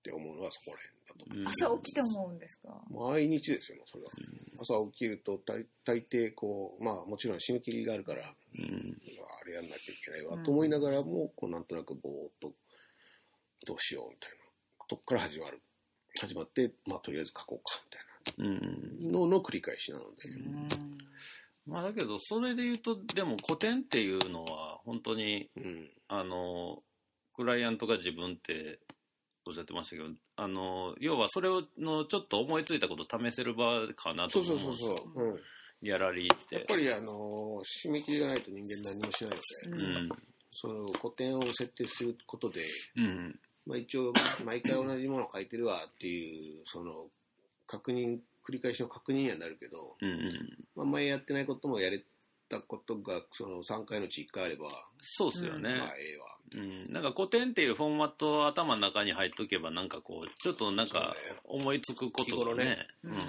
Speaker 3: て思うのはそこら辺だと。
Speaker 1: うん
Speaker 2: 朝起きて思うんですか
Speaker 3: 毎日ですよ、もうそれは。朝起きると大、大抵こう、まあもちろん締め切りがあるから、うわ
Speaker 1: うん
Speaker 3: あれやんなきゃいけないわ
Speaker 2: うん
Speaker 3: と思いながらも、こうなんとなくぼーっと、どうしようみたいな。とこから始まる。始まって、まあとりあえず書こうか、みたい
Speaker 1: うん。
Speaker 3: なのの繰り返しなので。
Speaker 1: まあだけど、それで言うと、でも古典っていうのは、本当に、
Speaker 3: うん。
Speaker 1: あの、クライアントが自分っておっしゃってましたけど、あの、要はそれをのちょっと思いついたことを試せる場かなと
Speaker 3: そう
Speaker 1: 思うんで
Speaker 3: そう
Speaker 1: す
Speaker 3: そ
Speaker 1: よ
Speaker 3: うそう。うん。
Speaker 1: ギャラリーって。
Speaker 3: やっぱりあの締め切りがないと人間何もしないので、
Speaker 1: うん。
Speaker 3: その古典を設定することで、
Speaker 1: うん。
Speaker 3: まあ、一応毎回同じものを書いてるわっていうその確認繰り返しの確認にはなるけど、
Speaker 1: うんうん。
Speaker 3: まあ、前やってないこともやれたことがその3回のうち1回あれば、
Speaker 1: そうっすよね。
Speaker 3: まあええわ
Speaker 1: うん、なんか古典っていうフォーマットを頭の中に入っとけばなんかこうちょっとなんか
Speaker 3: そうね
Speaker 1: 思いつくこと
Speaker 3: 日頃
Speaker 1: ね
Speaker 3: ね
Speaker 1: う
Speaker 2: うんん
Speaker 3: で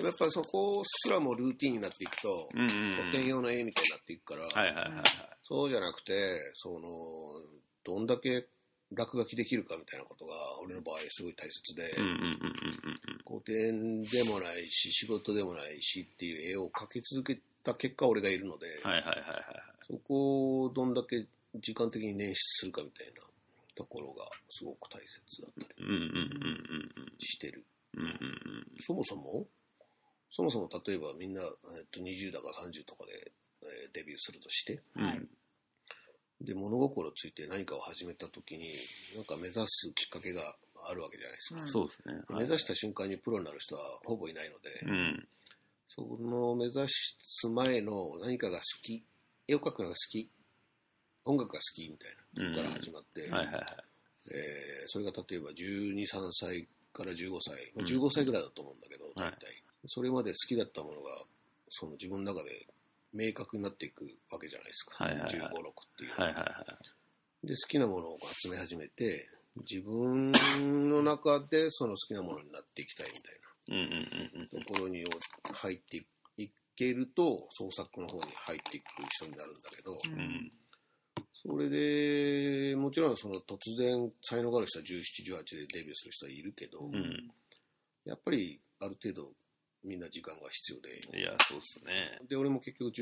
Speaker 3: もやっぱりそこすらもルーティンになっていくと、
Speaker 1: うんうん
Speaker 3: 古
Speaker 1: う
Speaker 3: 典
Speaker 1: ん
Speaker 3: 用の絵みたいになっていくから、
Speaker 1: はいはいはいはい
Speaker 3: そうじゃなくてそのどんだけ落書きできるかみたいなことが俺の場合すごい大切で、
Speaker 1: うんうんうん
Speaker 3: 古典でもないし仕事でもないしっていう絵を描き続けた結果俺がいるので、
Speaker 1: うんはいはいはいはい
Speaker 3: そこをどんだけ時間的に捻出するかみたいなところがすごく大切だったり
Speaker 1: うんうんうんうん
Speaker 3: してる。
Speaker 1: うんうんうん
Speaker 3: そもそもそもそも例えばみんな、えっと、20だか30とかで、えーデビューするとして、
Speaker 2: はい
Speaker 3: で、物心ついて何かを始めた時に、なんか目指すきっかけがあるわけじゃないですか。
Speaker 2: う
Speaker 1: うんん、そうですね。
Speaker 3: 目指した瞬間にプロになる人はほぼいないので、
Speaker 1: うん。
Speaker 3: その目指す前の何かが好き、絵を描くのが好き、音楽が好きみたい
Speaker 1: うん。
Speaker 3: なとこから始まって、
Speaker 1: はいはいはい。
Speaker 3: えーそれが例えば12、3歳から15歳、まあ、
Speaker 1: うん
Speaker 3: 15歳ぐらいだと思うんだけど、
Speaker 1: は
Speaker 3: 大
Speaker 1: い
Speaker 3: 体、それまで好きだったものが、その自分の中で明確になっていくわけじゃないですか、
Speaker 1: はいはいはい
Speaker 3: 15、6っていう、
Speaker 1: はいはいはい。
Speaker 3: で、好きなものを集め始めて、自分の中でその好きなものになっていきたいみたいな。
Speaker 1: うんうんうん
Speaker 3: ところに入っていけると、創作の方に入っていく人になるんだけど、
Speaker 2: う
Speaker 1: うん。うん。
Speaker 3: それで、もちろんその突然才能がある人は17、18でデビューする人はいるけど、
Speaker 1: うん。
Speaker 3: やっぱりある程度みんな時間が必要で、
Speaker 1: いや、そうっすね。
Speaker 3: で、俺も結局19、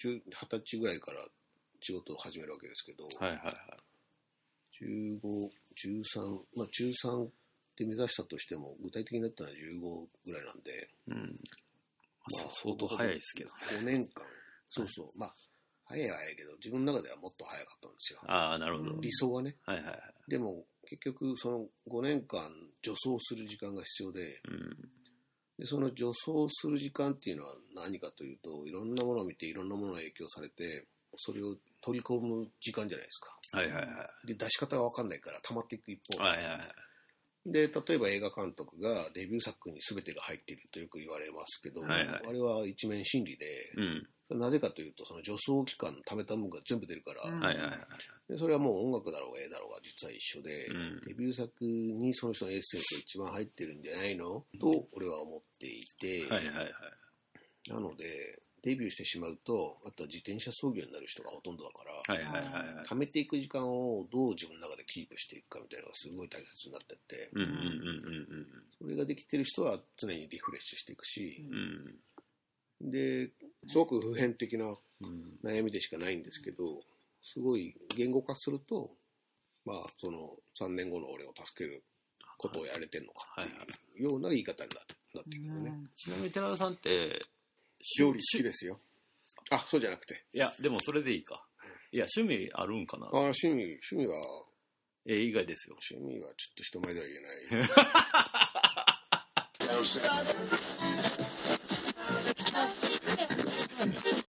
Speaker 3: 10 20歳ぐらいから仕事を始めるわけですけど、
Speaker 1: はいはいはい。
Speaker 3: 15、13、まあ中3で目指したとしても、具体的になったのは15ぐらいなんで、
Speaker 1: うん。
Speaker 3: まあ
Speaker 1: 相当早いですけど。
Speaker 3: 5年間、そうそう、まあ、早いは早いけど、自分の中ではもっと早かったんですよ。
Speaker 1: ああ、なるほど。
Speaker 3: 理想はね。
Speaker 1: はいはいはい。
Speaker 3: でも、結局、その5年間、助走する時間が必要で
Speaker 1: うん。
Speaker 3: で、その助走する時間っていうのは何かというと、いろんなものを見て、いろんなものに影響されて、それを取り込む時間じゃないですか。
Speaker 1: はいはいはい。
Speaker 3: で、出し方がわかんないから、溜まっていく一方で。
Speaker 1: はいはいはい。
Speaker 3: で、例えば映画監督がデビュー作に全てが入っているとよく言われますけど、
Speaker 1: はいはい
Speaker 3: あれは一面真理で、
Speaker 1: うん。
Speaker 3: なぜかというと、その助走期間の貯めたものが全部出るから、
Speaker 2: うん
Speaker 1: はいはいはい。
Speaker 3: でそれはもう音楽だろうが絵だろうが実は一緒で、
Speaker 1: うん。
Speaker 3: デビュー作にその人のエッセンスが一番入ってるんじゃないのと俺は思っていて、
Speaker 1: はいはいはい。
Speaker 3: なので、デビューしてしまうと、あとは自転車操業になる人がほとんどだから、
Speaker 1: はいはいはいはい。
Speaker 3: 貯めていく時間をどう自分の中でキープしていくかみたいなのがすごい大切になってって、
Speaker 1: うんうんうん
Speaker 3: それができてる人は常にリフレッシュしていくし、
Speaker 1: うんうん。
Speaker 3: で、すごく普遍的な
Speaker 1: うん。
Speaker 3: 悩みでしかないんですけど、すごい言語化すると、まあ、その3年後の俺を助けることをやれてるのか
Speaker 1: はいはい
Speaker 3: っていうような言い方にななってくるね。
Speaker 1: ちなみに寺田さんって、
Speaker 3: 料理好き
Speaker 1: し
Speaker 3: ですよ。あ、そうじゃなくて。
Speaker 1: いや、でもそれでいいか。いや、趣味あるんかな
Speaker 3: あ趣味、趣味は、
Speaker 1: え、以外ですよ。
Speaker 3: 趣味はちょっと人前では言えない。